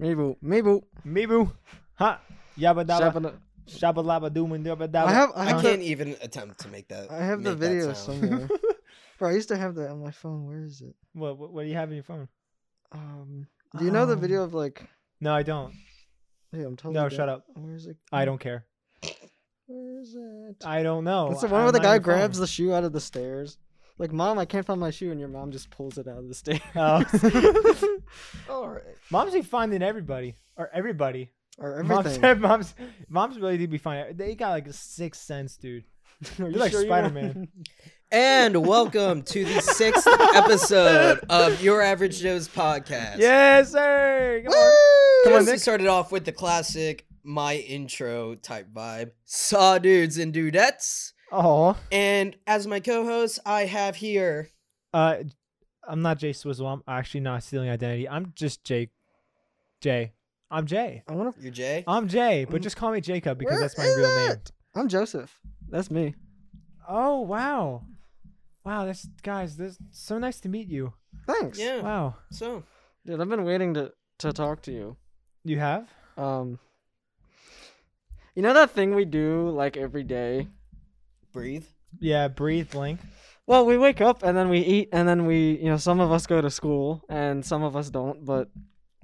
Meebo. Meebo. Meeboo. Ha. Yabba dabba. Shabba- Shabba labba doom and dabba dabba. I have I I have can't the, even attempt to make that. I have the make that video sound. somewhere. Bro, I used to have that on my phone. Where is it? What, what, what do you have in your phone? Um, do you know the video of like? No, I don't. Hey, I'm telling No, you. shut up. Where is it? I don't care. Where is it? I don't know. It's the one where the guy grabs the shoe out of the stairs. Like, mom, I can't find my shoe, and your mom just pulls it out of the stairs. Oh. All right. Mom's be finding everybody or everybody. or Mom's, everything. mom's, mom's really do be finding. They got like a sixth sense, dude. Are you like sure you Spider-Man. want- And welcome to the sixth episode of Your Average Joe's podcast. Yes, sir. Come on. Come Come on, on, we Nick. started off with the classic my intro type vibe. Saw dudes and dudettes. Oh, And as my co-host, I have here. uh, I'm not Jay Swizzle. I'm actually not stealing identity. I'm just Jake. Jay. I'm Jay. I want to. You're Jay. I'm Jay, but Mm. just call me Jacob because Where that's my is real name. it? I'm Joseph. That's me. Oh wow, wow. That's guys. This so nice to meet you. Thanks. Yeah. Wow, So Dude, I've been waiting to to talk to you. you have? Um, you know that thing we do like every day. breathe. Yeah. Breathe, Link. Well, we wake up and then we eat and then we, you know, some of us go to school and some of us don't, but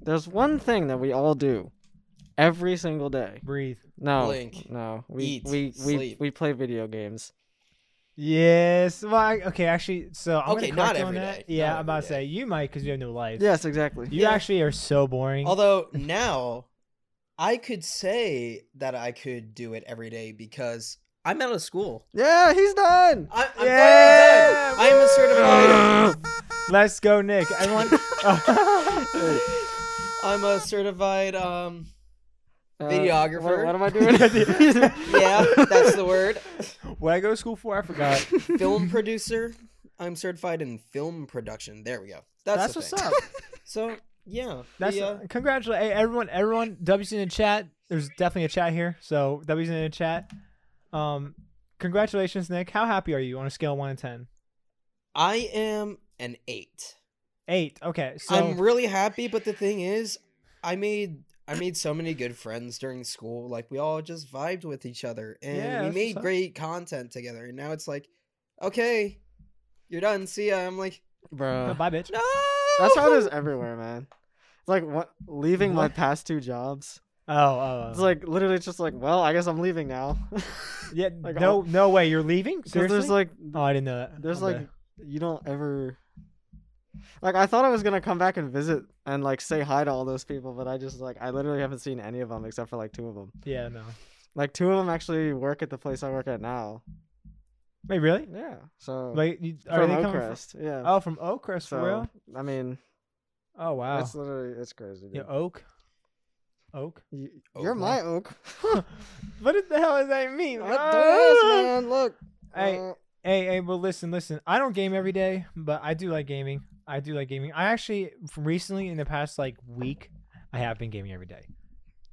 there's one thing that we all do every single day. Breathe. No. Blink. No. We Eat. we we, Sleep. we play video games. Yes. Well, I, okay. Actually, so I'm Okay, gonna correct not you on every that. day, Yeah, not I'm every about to day. say you might because you have no life. Yes, exactly. You Yeah. actually are so boring. Although now I could say that I could do it every day because I'm out of school. Yeah, he's done. I, I'm finally Yeah, done. I am a certified. Let's go, Nick. Everyone. Uh, I'm a certified. Um. Uh, Videographer. What, what am I doing? Yeah, that's the word. what I go to school for, I forgot. Film producer. I'm certified in film production. There we go. That's, That's, the what's thing. up. So yeah, That's the, uh, congratulate hey, everyone. Everyone, W's in the chat. There's definitely a chat here, so W's in the chat. Um, congratulations, Nick. How happy are you on a scale of one to ten? I am an eight. Eight. Okay, so I'm really happy, but the thing is, I made I made so many good friends during school. Like we all just vibed with each other, and Yeah, we that's made what's up. great content together. And now it's like, okay, you're done. See ya. I'm like, Bro. Oh, bye, bitch. no. That's how it is everywhere, man. It's like what leaving my What? past two jobs. Oh, oh, oh. It's like literally just like, well, I guess I'm leaving now. yeah. like, no, all- no way. You're leaving? Because Seriously? there's like oh, I didn't know that. there's Okay. like you don't ever like I thought I was gonna come back and visit and like say hi to all those people, but I just like I literally haven't seen any of them except for like two of them. yeah, no. Like two of them actually work at the place I work at now. Wait, really? Yeah, so Like, you, are from they coming? From, Oakcrest, yeah. oh, from Oakcrest so for real? I mean, Oh, wow. it's literally it's crazy. yeah, Dude. Oak. Oak. You, Oh, you're no. my oak. what the hell does that mean? What does, man? Look. Hey, uh, Hey, hey, well, listen, listen. I don't game every day, but I do like gaming. I do like gaming. I actually recently in the past like week, I have been gaming every day,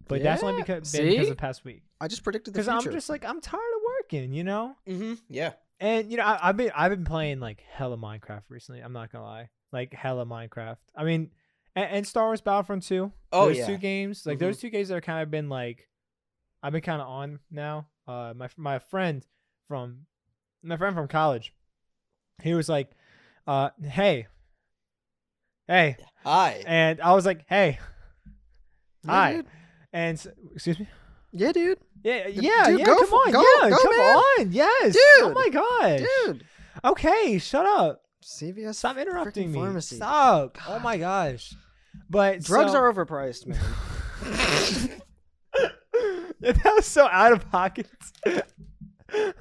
but that's only Yeah, because been because see? of the past week. I just predicted Because I'm just like I'm tired of working, you know. hmm Yeah. And you know, I, I've been I've been playing like hella Minecraft recently. I'm not gonna lie, like hella Minecraft. I mean, and, and Star Wars Battlefront 2. Oh those yeah. two games, like Mm-hmm. those two games that are kind of been like, I've been kind of on now. Uh, my my friend from my friend from college, he was like, uh, hey, hey, Hi. and I was like, hey, yeah, hi, dude. and s- excuse me, Yeah, dude. yeah, D- yeah, dude, yeah, go come for- on, go- yeah, go, come man. on, yes, oh Dude. my god, Dude. okay, shut up, CVS. stop freaking interrupting me, Pharmacy. stop, oh my gosh, but Drugs so- are overpriced, man. Yeah, that was so out of pocket. what the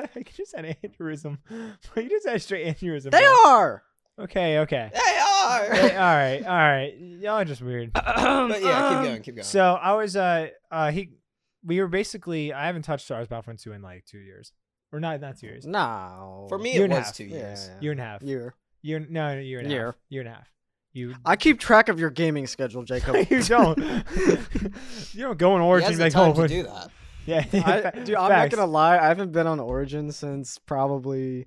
heck? You just had an aneurysm. You just had a straight aneurysm. They bro. are. Okay, okay. They Hey, are. all right, all right. Y'all are just weird. Um, but yeah, keep going. Keep going. So I was, uh, uh, he, we were basically. I haven't touched Star Wars Battlefront two in like two years, or not, not two years, No. For me, year it and a was half. two Yeah, years. yeah. year and a half, year. year, no, no, year and a Year. half, year and a half. You, I keep track of your gaming schedule, Jacob. you don't, you don't go on He Origin has and the be like, time oh, to do that. yeah, I, dude, I'm not facts. gonna lie. I haven't been on Origin since probably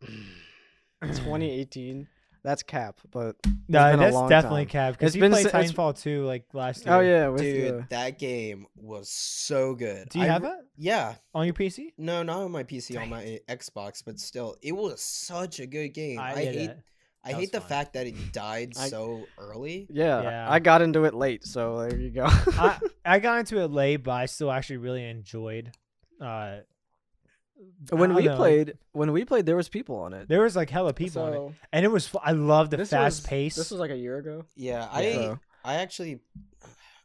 2018. That's cap, but No, been a that's long definitely time. Cav because It's he been played si- it's- Titanfall 2 like last year. oh yeah, with Dude, the- that game was so good. Do you I have re- it Yeah. on your PC? No, not on my PC, Dang. on my Xbox, but still, it was such a good game. I, did hate, it. I That was hate the fun. fact that it died I- so early. yeah, yeah. I got into it late, so there you go. I, I got into it late, but I still actually really enjoyed. Uh, when I we don't know, played, when we played, there was people on it. there was like hella people on it, and it was. fu- I love the this fast was- pace. This was like a year ago. Yeah, I So- I actually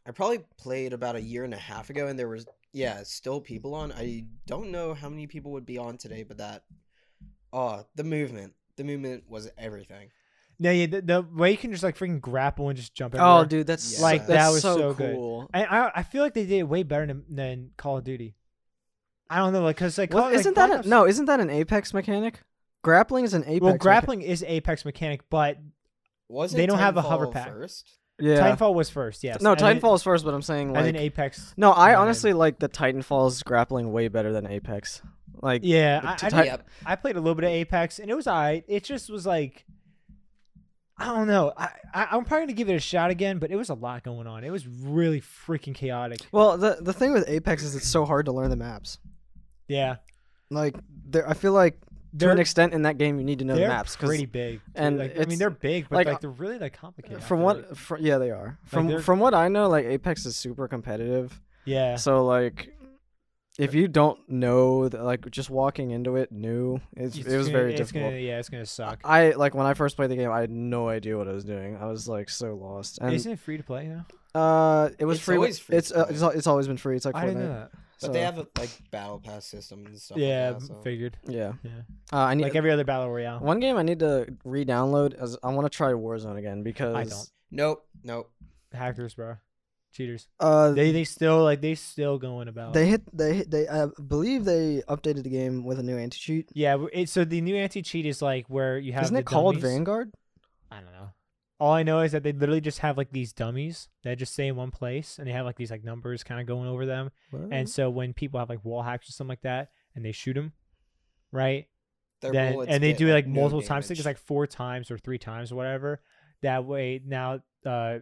I probably played about a year and a half ago and there was yeah, still people on. I don't know how many people would be on today, but that oh, the movement. The movement was everything. no, yeah, the, the way you can just like freaking grapple and just jump. Oh, Everywhere. dude, that's Yeah. so- Like, that's that was so, so good. cool. I, I I feel like they did it way better than, than Call of Duty. I don't know, like because like, Well, Call- like, isn't Black that Ops- a, no? Isn't that an Apex mechanic? Grappling is an Apex. Well, mecha- grappling is Apex mechanic, but Was They don't have a hover pack. first? yeah. Titanfall was first. Yes. no, and then- Titanfall is first, but I'm saying and like then Apex. no. and I then- honestly like the Titanfall's grappling way better than Apex. Like Yeah, the I, I, t- didn't- Ti- yep. I played a little bit of Apex and it was alright. It just was like, I don't know. I, I I'm probably gonna give it a shot again, but it was a lot going on. It was really freaking chaotic. Well, the the thing with Apex is it's so hard to learn the maps. Yeah, Like there, I feel like to they're an extent in that game you need to know the they're maps pretty big. and And like, I mean it's- they're big, but like, like, they're really like complicated. I from feel what like. fr- yeah they are from they're- from what I know like Apex is super competitive. Yeah. So like. If you don't know, the, like just walking into it new, it's, It's it was gonna- very it's difficult. Gonna, yeah, it's gonna suck. I like when I first played the game, I had no idea what I was doing. I was like so lost, and Isn't it free to play now? uh, it was It's free. with- always free it's, to uh, play. it's al- it's always been free. It's like I didn't know Fortnite. that. So, But they have a like battle pass system and stuff. yeah, like that, so. figured. yeah. Yeah. Uh, I need Like every other battle royale. one game I need to re-download as I want to try Warzone again because I don't. Nope, nope. Hackers, bro. Cheaters. Uh, they They they still like they still going about. they hit they hit, they I believe they updated the game with a new anti cheat. Yeah, w- it, so the new anti cheat is like where you have. Isn't the it called dummies. Vanguard? I don't know. All I know is that they literally just have like these dummies that just stay in one place, and they have like these like numbers kind of going over them. Mm-hmm. And so when people have like wall hacks or something like that, and they shoot them, right? Their then bullets and they did, do it like no multiple times. I think damage. it's like four times or three times or whatever. That way now, uh,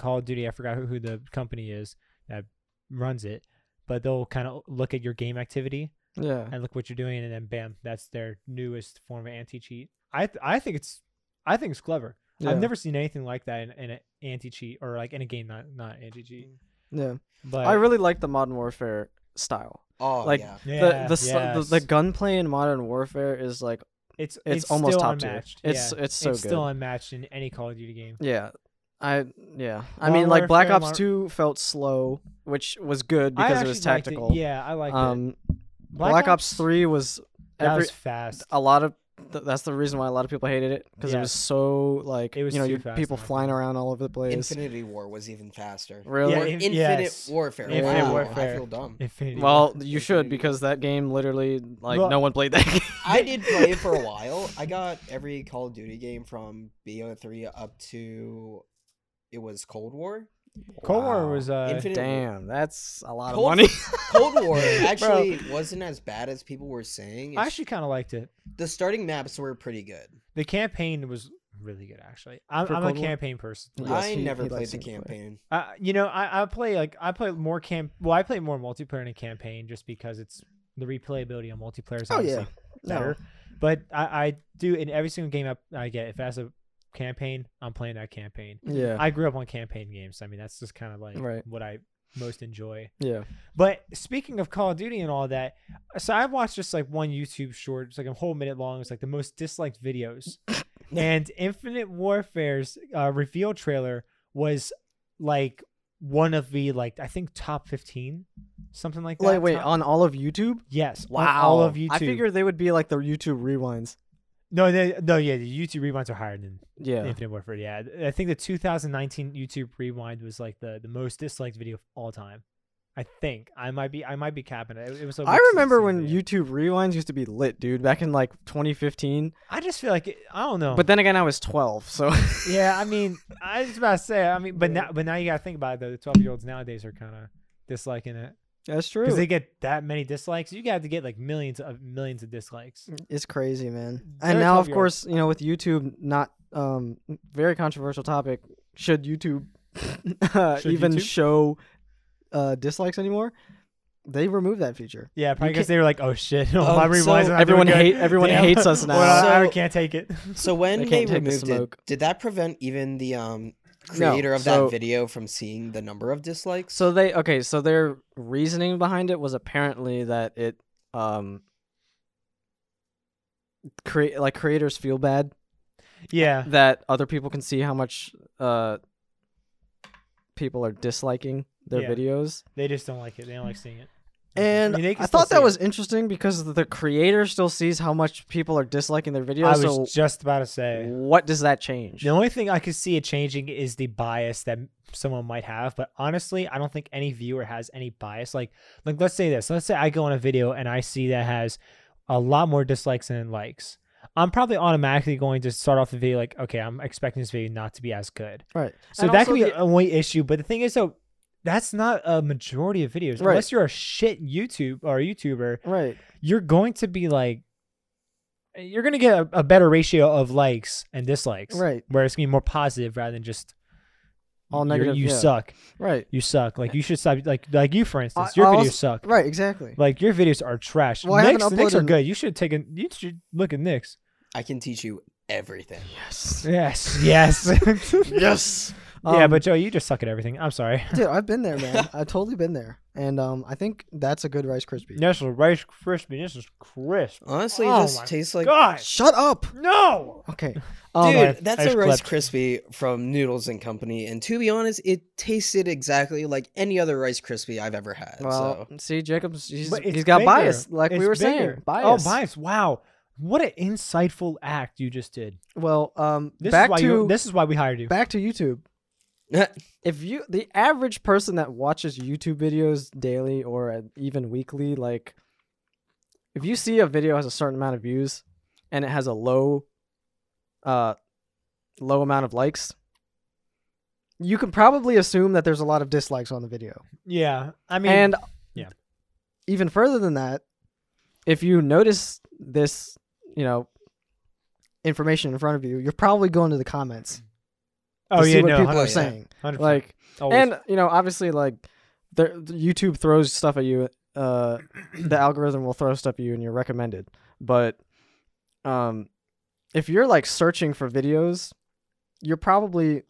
Call of Duty. I forgot who, who the company is that runs it, but they'll kind of look at your game activity yeah, and look what you're doing, and then bam, that's their newest form of anti cheat. I th- I think it's I think it's clever. yeah, I've never seen anything like that in, in an anti cheat or like in a game not not anti cheat. yeah. But I really like the Modern Warfare style. oh like, yeah. yeah, the, the, s- the the yes. gunplay in Modern Warfare is like it's it's almost still top tier. unmatched. It's- yeah. it's so still good. unmatched in any Call of Duty game. Yeah. I yeah. I Modern mean like Black Warfare, Ops 2 Modern- felt slow, which was good I because it was actually liked tactical. Yeah, I like it. um Black, Ops 3 was that every was fast. a lot of th- that's the reason why a lot of people hated it because it Yes. was so like It was you know too you fast people in my flying around all over the place. Infinity War was even faster. Really? Yeah, Or in- Infinite yes. Warfare. Infinite wow, Warfare. I feel dumb. Infinity. well, War. you should Infinity because that game literally like Well- no one played that game. I did play it for a while. I got every Call of Duty game from BO3 up to it was Cold War. Cold War Wow. was uh, Infinite Damn, that's a lot Cold- of money. Cold War actually wasn't as bad as people were saying. I It's- actually kind of liked it. the starting maps were pretty good. The campaign was really good actually. I'm, For I'm a Cold War? campaign person. Yes, I he- never he played likes the to play. campaign. Uh, you know, I, I play like I play more camp. Well, I play more multiplayer in a campaign just because it's the replayability on multiplayer is Oh, obviously yeah. better. But I, I do in every single game I, I get if that's a campaign, I'm playing that campaign. No. Yeah. I grew up on campaign games. I mean, that's just kind of like Right. what I most enjoy. yeah. But speaking of Call of Duty and all that, so I watched just like one YouTube short, it's like a whole minute long. It's like the most disliked videos. and Infinite Warfare's uh, reveal trailer was like one of the like I think top fifteen, something like that. Like wait, Top- on all of YouTube? yes, Wow. on all of YouTube. I figured they would be like the YouTube rewinds. no, they, no, yeah, the YouTube rewinds are higher than Yeah. Infinite Warfare. Yeah, I think the 2019 YouTube rewind was like the the most disliked video of all time. I think I might be I might be capping it. It was. like, I like remember 16 when video. YouTube Rewinds used to be lit, dude, back in like 2015. I just feel like it, I don't know. But then again, I was 12, so yeah, I mean, I was about to say. I mean, but now, but now you gotta think about it though. The twelve year olds nowadays are kind of disliking it. That's true. because they get that many dislikes. You got to get like millions of millions of dislikes. It's crazy, man. Very And now, tough of year. course, you know, with YouTube, not um, very controversial topic. Should YouTube uh, Should even YouTube? show uh, dislikes anymore? They removed that feature. Yeah, probably can't- because they were like, "Oh shit, no, Oh, I'm so realizing I'm everyone doing good. hate- everyone Damn. hates us now. Well, I- I So- can't take it." So when They they, can't take the removed it, smoke. did that prevent even the um No, creator of so- that video from seeing the number of dislikes? So they okay. So their reasoning behind it was apparently that it um create like creators feel bad Yeah, that other people can see how much uh people are disliking their Yeah. videos. they just don't like it. They don't like seeing it. And I I, mean, they can still thought see that it. was interesting because the creator still sees how much people are disliking their I videos. was So just about to say. what does that change? The only thing I could see it changing is the bias that someone might have, but honestly, I don't think any viewer has any bias. Like, like let's say this. Let's say I go on a video and I see that has a lot more dislikes than likes. I'm probably automatically going to start off the video like, okay, I'm expecting this video not to be as good. Right. So And that also could be the- a only issue. But the thing is, though, that's not a majority of videos. Right. Unless you're a shit YouTube or a YouTuber, right. you're going to be like, you're going to get a, a better ratio of likes and dislikes. Right. Where it's going to be more positive rather than just All you're- negative, You yeah. suck. Right. You suck. Like you should stop. Like like you, for instance, I your videos also- suck. Right. Exactly. Like your videos are trash. Well, I haven't Nick's, Nick's are uploaded- good. You should take a. You should look at Nick's. I can teach you everything. Yes. Yes. Yes. yes. yeah, Um, but Joe, you just suck at everything. I'm sorry. dude, I've been there, man. I've totally been there, and um, I think that's a good Rice Krispie. National Rice Krispie. This is crisp. Honestly, Oh this my tastes like God, Shut up. no! Okay. Dude, Um, I- that's I a just Rice clipped. Krispie from Noodles and Company, and to be honest, it tasted exactly like any other Rice Krispie I've ever had. well, so see, Jacob's he's, But it's he's got bigger. bias, like It's we were bigger. saying. Bias. Oh, bias! Wow, what an insightful act you just did. Well, um, This is back why to you, this is why we hired you. back to YouTube. if you the average person that watches YouTube videos daily or at- even weekly, like if you see a video has a certain amount of views and it has a low uh low amount of likes, you can probably assume that there's a lot of dislikes on the video. Yeah, I mean, and yeah. Even further than that, if you notice this, you know, information in front of you, you're probably going to the comments oh to yeah, see what no, people 100%, are 100%. saying. 100%, Like always. and you know obviously like the, the youtube throws stuff at you uh the algorithm will throw stuff at you and you're recommended but um if you're like searching for videos you're probably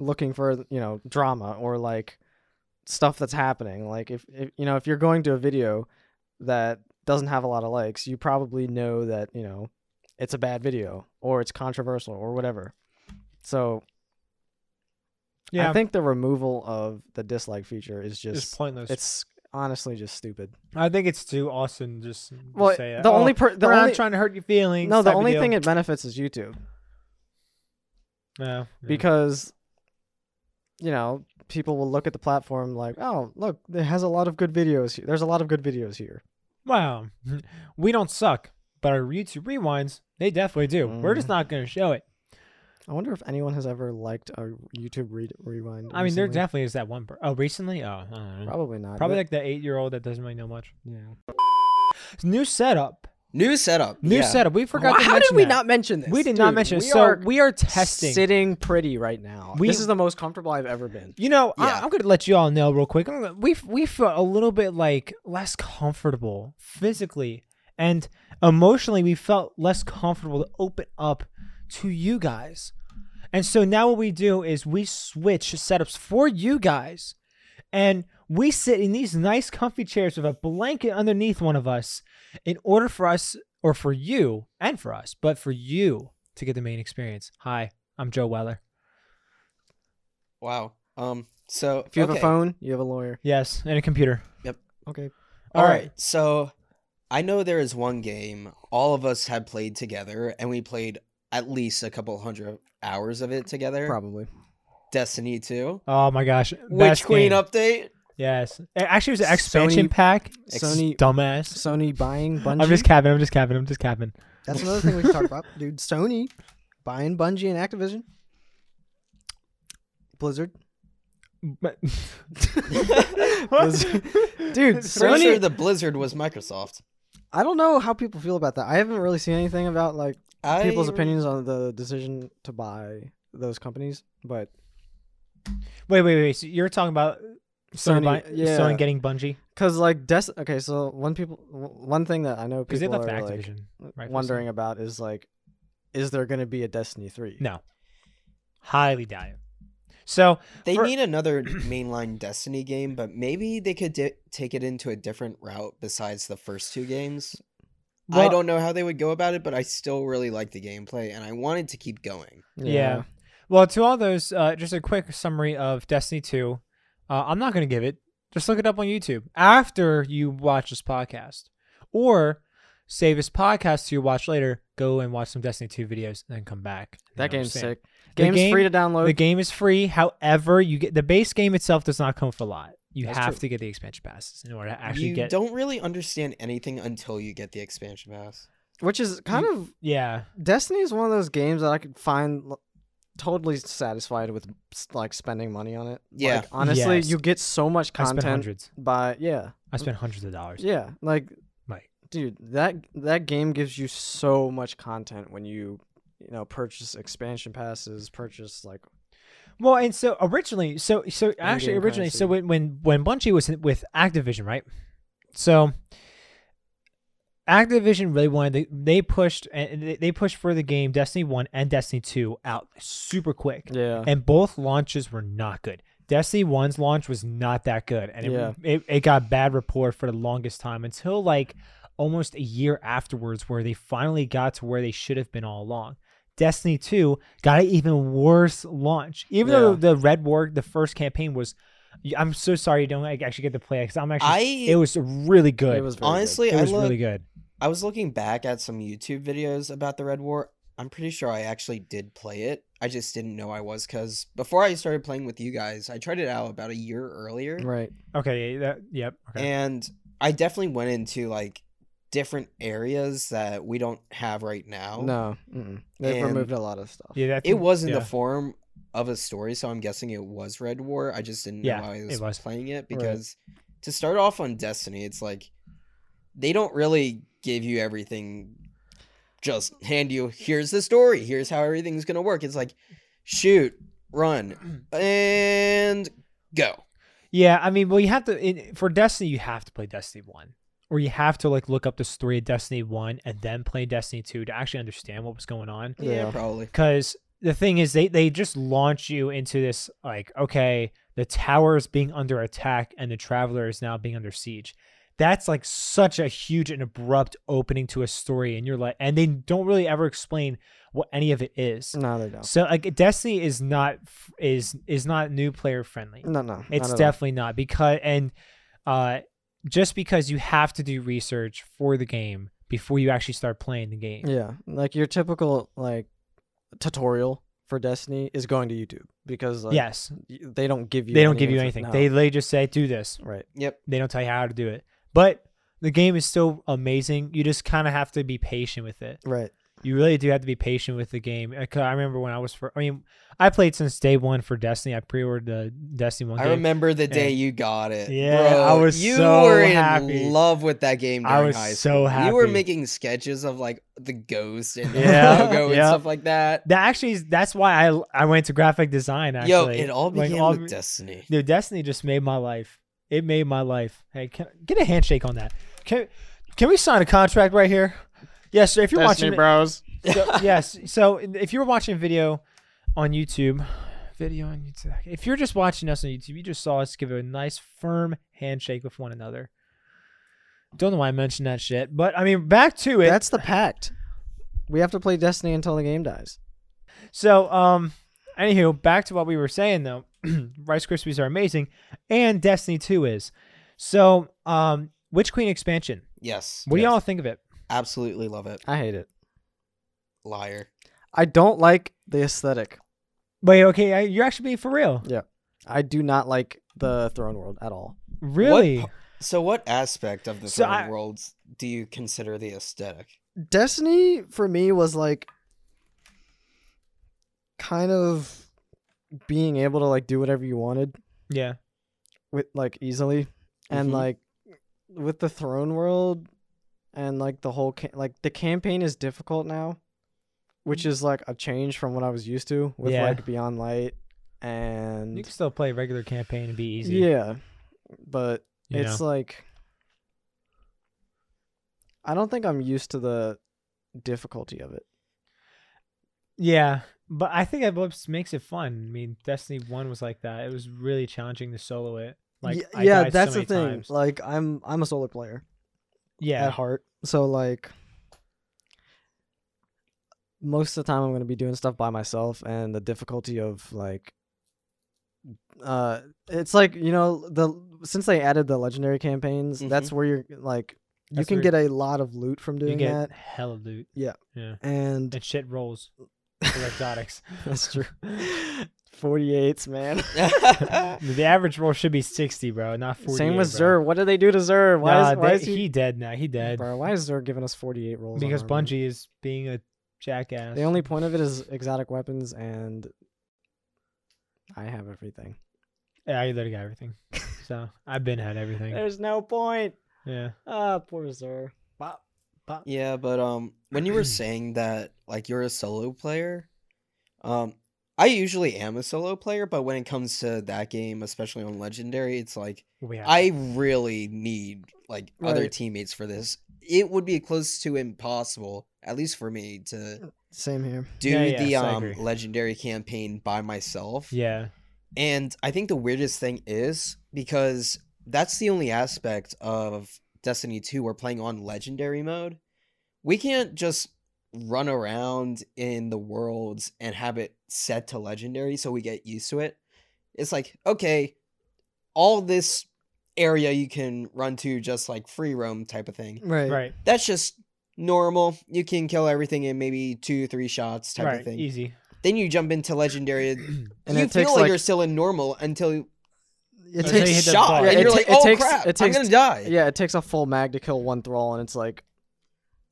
looking for you know drama or like stuff that's happening like if, if you know if you're going to a video that doesn't have a lot of likes you probably know that you know it's a bad video or it's controversial or whatever so yeah, I think the removal of the dislike feature is it's just pointless. it's honestly just stupid. I think it's too awesome just to Well, say that. the Oh, only per- the we're only not trying to hurt your feelings. no, the type of only deal. thing it benefits is YouTube no, yeah. because you know people will look at the platform like, oh, look, it has a lot of good videos. Here. There's a lot of good videos here. wow, we don't suck, but our YouTube rewinds they definitely do. We're just Mm. not going to show it. I wonder if anyone has ever liked a YouTube re- rewind. I mean, there recently. definitely is that one. Per- oh, recently? Oh, I don't know. probably not. Probably but- like the eight year old that doesn't really know much. yeah. New setup. new setup. New yeah. setup. We forgot to How did mention we that. not mention this? We did not Dude, mention it. we So are we are testing. sitting pretty right now. We- this is the most comfortable I've ever been. you know, I, Yeah. I'm going to let you all know real quick. I'm gonna, we we felt a little bit like less comfortable physically and emotionally. We felt less comfortable to open up to you guys, and so now what we do is we switch setups for you guys, and we sit in these nice comfy chairs with a blanket underneath one of us, in order for us or for you and for us, but for you to get the main experience. Hi, I'm Joe Weller. Wow. Um. So If you okay. have a phone, you have a lawyer. Yes, and a computer. Okay. All right. So I know there is one game all of us had played together, and we played at least a couple hundred hours of it together. Probably. Destiny 2. Oh my gosh. Witch Best Queen game. update. Yes. It actually was an expansion Sony- pack. Ex- Sony Sony- dumbass. Sony buying Bungie. I'm just capping. I'm just capping. I'm just capping. That's another thing we can talk about, dude. Sony buying Bungie and Activision. Blizzard. But- Blizzard- Dude, Pretty sure Sony- the Blizzard was Microsoft. I don't know how people feel about that. I haven't really seen anything about like I, people's opinions on the decision to buy those companies, but Wait, wait, wait. So you're talking about Sony, Sony, buy- yeah, Sony getting Bungie because like Des. Okay, so one people, w- one thing that I know because they people left are like Activision. rightfully so. wondering about is like, is there going to be a Destiny three? No, highly doubt it. So they for- need another mainline Destiny game, but maybe they could di- take it into a different route besides the first two games. I well, don't know how they would go about it, but I still really like the gameplay, and I wanted to keep going. Yeah. Well, to all those, uh, just a quick summary of Destiny 2. Uh, I'm not going to give it. Just look it up on YouTube after you watch this podcast. Or save this podcast to your watch later. Go and watch some Destiny 2 videos and then come back. and that you'll game's understand. sick. Oh. Game's game- free to download. The game is free. However, you get the base game itself does not come with a lot. You That's have true. to get the expansion passes in order to actually you get. don't really understand anything until you get the expansion pass. which is kind of Yeah. Destiny is one of those games that I could find l- totally satisfied with s- like spending money on it. Yeah. Like, honestly, Yes. you get so much I spent content hundreds. by yeah, I spent hundreds of dollars. yeah. Like, Mike. dude, that that game gives you so much content when you you know purchase expansion passes, purchase like Well, and so originally, so so actually game originally, so currency. when when when Bungie was with Activision, right? So Activision really wanted to, they pushed and they- they pushed for the game Destiny One and Destiny Two out super quick, yeah, and both launches were not good. Destiny One's launch was not that good, and it, Yeah. it it got bad report for the longest time until like almost a year afterwards, where they finally got to where they should have been all along. Destiny 2 got an even worse launch. Even though Yeah. the Red War, the first campaign was, I'm so sorry you don't like, actually get to play because I'm actually, I it was really good. it was very good. honestly, It I was look, really good. I was looking back at some YouTube videos about the Red War. I'm pretty sure I actually did play it. I just didn't know I was because before I started playing with you guys, I tried it out about a year earlier, right. Okay, yeah, that, yep. Okay. and I definitely went into like different areas that we don't have right now. No, mm-mm. they've And- removed a lot of stuff. yeah, that it was in yeah. the form of a story, so I'm guessing it was Red War. I just didn't Yeah, know I it was, was. playing it because to start off on Destiny, it's like they don't really give you everything. Just hand you here's the story. Here's how everything's gonna work. It's like shoot, run, and go. Yeah, I mean, well, you have to in, for Destiny, you have to play Destiny One, or you have to like look up the story of Destiny One and then play Destiny Two to actually understand what was going on. Yeah, Yeah. probably. Because the thing is, they they just launch you into this like, okay, the tower is being under attack and the traveler is now being under siege. That's like such a huge and abrupt opening to a story, and you're like, and they don't really ever explain what any of it is. No, they don't. So like, Destiny is not f- is is not new player friendly. No, no, It's not at all. definitely not because and uh just because you have to do research for the game before you actually start playing the game. Yeah, like your typical like tutorial for Destiny is going to YouTube because like, yes. y- they don't give you They don't any give you info- anything. no. They they just say do this. right Yep. They don't tell you how to do it. But the game is still amazing. You just kind of have to be patient with it. right You really do have to be patient with the game. Uh, 'cause I remember when I was for I mean, I played since day 1 for Destiny. I pre-ordered the Destiny 1 I game. remember the Yeah. day you got it. Yeah, bro. I was you so were in happy. love with that game. I During was high so school. You were happy. making sketches of like the ghost and the Yeah, logo and yeah. stuff like that. that actually is, that's why I I went to graphic design actually. Yo, it all Like, began all with be- Destiny. Dude, Destiny just made my life. It made my life. Hey, can, get a handshake on that. Can can we sign a contract right here? Yes, sir. If you're watching, Bros. so- yes. So if you're watching a video on YouTube, video on YouTube. If you're just watching us on YouTube, you just saw us give a nice firm handshake with one another. Don't know why I mentioned that shit, but I mean back to it. That's the pact. We have to play Destiny until the game dies. So, um, anywho, back to what we were saying though. Rice Krispies are amazing, and Destiny Two is. So, um, Witch Queen expansion. Yes. What do yes. y'all think of it? Absolutely love it. I hate it. Liar. I don't like the aesthetic. Wait, okay, I- you're actually being for real. I do not like the Throne World at all. Really? What So, what aspect of the So Throne I- Worlds do you consider the aesthetic? Destiny for me was like kind of being able to like do whatever you wanted. Yeah. with like easily, and Mm-hmm. Mhm. like with the throne world, and like the whole ca- like the campaign is difficult now, which is like a change from what I was used to with Mm. Yeah. like Beyond Light and You can still play regular campaign and be easy. yeah, but you it's know? like I don't think I'm used to the difficulty of it. yeah. But I think that what makes it fun. I mean, Destiny One was like that. It was really challenging to solo it. Like Ye- I yeah, died so that's the many thing. times. Like I'm I'm a solo player yeah, at heart. So like most of the time I'm going to be doing stuff by myself and the difficulty of like uh it's like, you know, the since they added the legendary campaigns, that's where you're like you Mm-hmm. That's can where- get a lot of loot from you doing get that hella loot. Yeah. yeah, and and shit rolls for exotics. That's true. 48s, man. the average roll should be sixty, bro, not forty. Same with bro. Zer. What did they do to Zer? Why Nah, is why they- is he, he dead now? He dead bro? Why is Zer giving us 48 rolls? on because our loot? Bungie is being a jackass. The only point of it is exotic weapons, and I have everything. yeah, I literally got everything. so I've been had everything. There's no point. Yeah. Ah, poor Zer. Pop, pop. Yeah, but um, when you were saying that, like you're a solo player, um, I usually am a solo player, but when it comes to that game, especially on Legendary, it's like We have I really need like other Right. teammates for this. It would be close to impossible, at least for me, to Same here. do Yeah, yeah, the so I um agree. Legendary campaign by myself. Yeah. And I think the weirdest thing is because that's the only aspect of Destiny 2 we're playing on legendary mode. We can't just run around in the worlds and have it set to legendary so we get used to it. It's like, okay, all this area you can run to just like free roam type of thing. Right. Right. That's just normal. You can kill everything in maybe two, three shots type Right. of thing. Easy. Then you jump into legendary And you it feel takes like, like, you're still in normal until you it Until you takes hit that shot, bar. and It you're ta- like, it "Oh takes- crap, it takes- I'm gonna die." yeah, it takes a full mag to kill one thrall, and it's like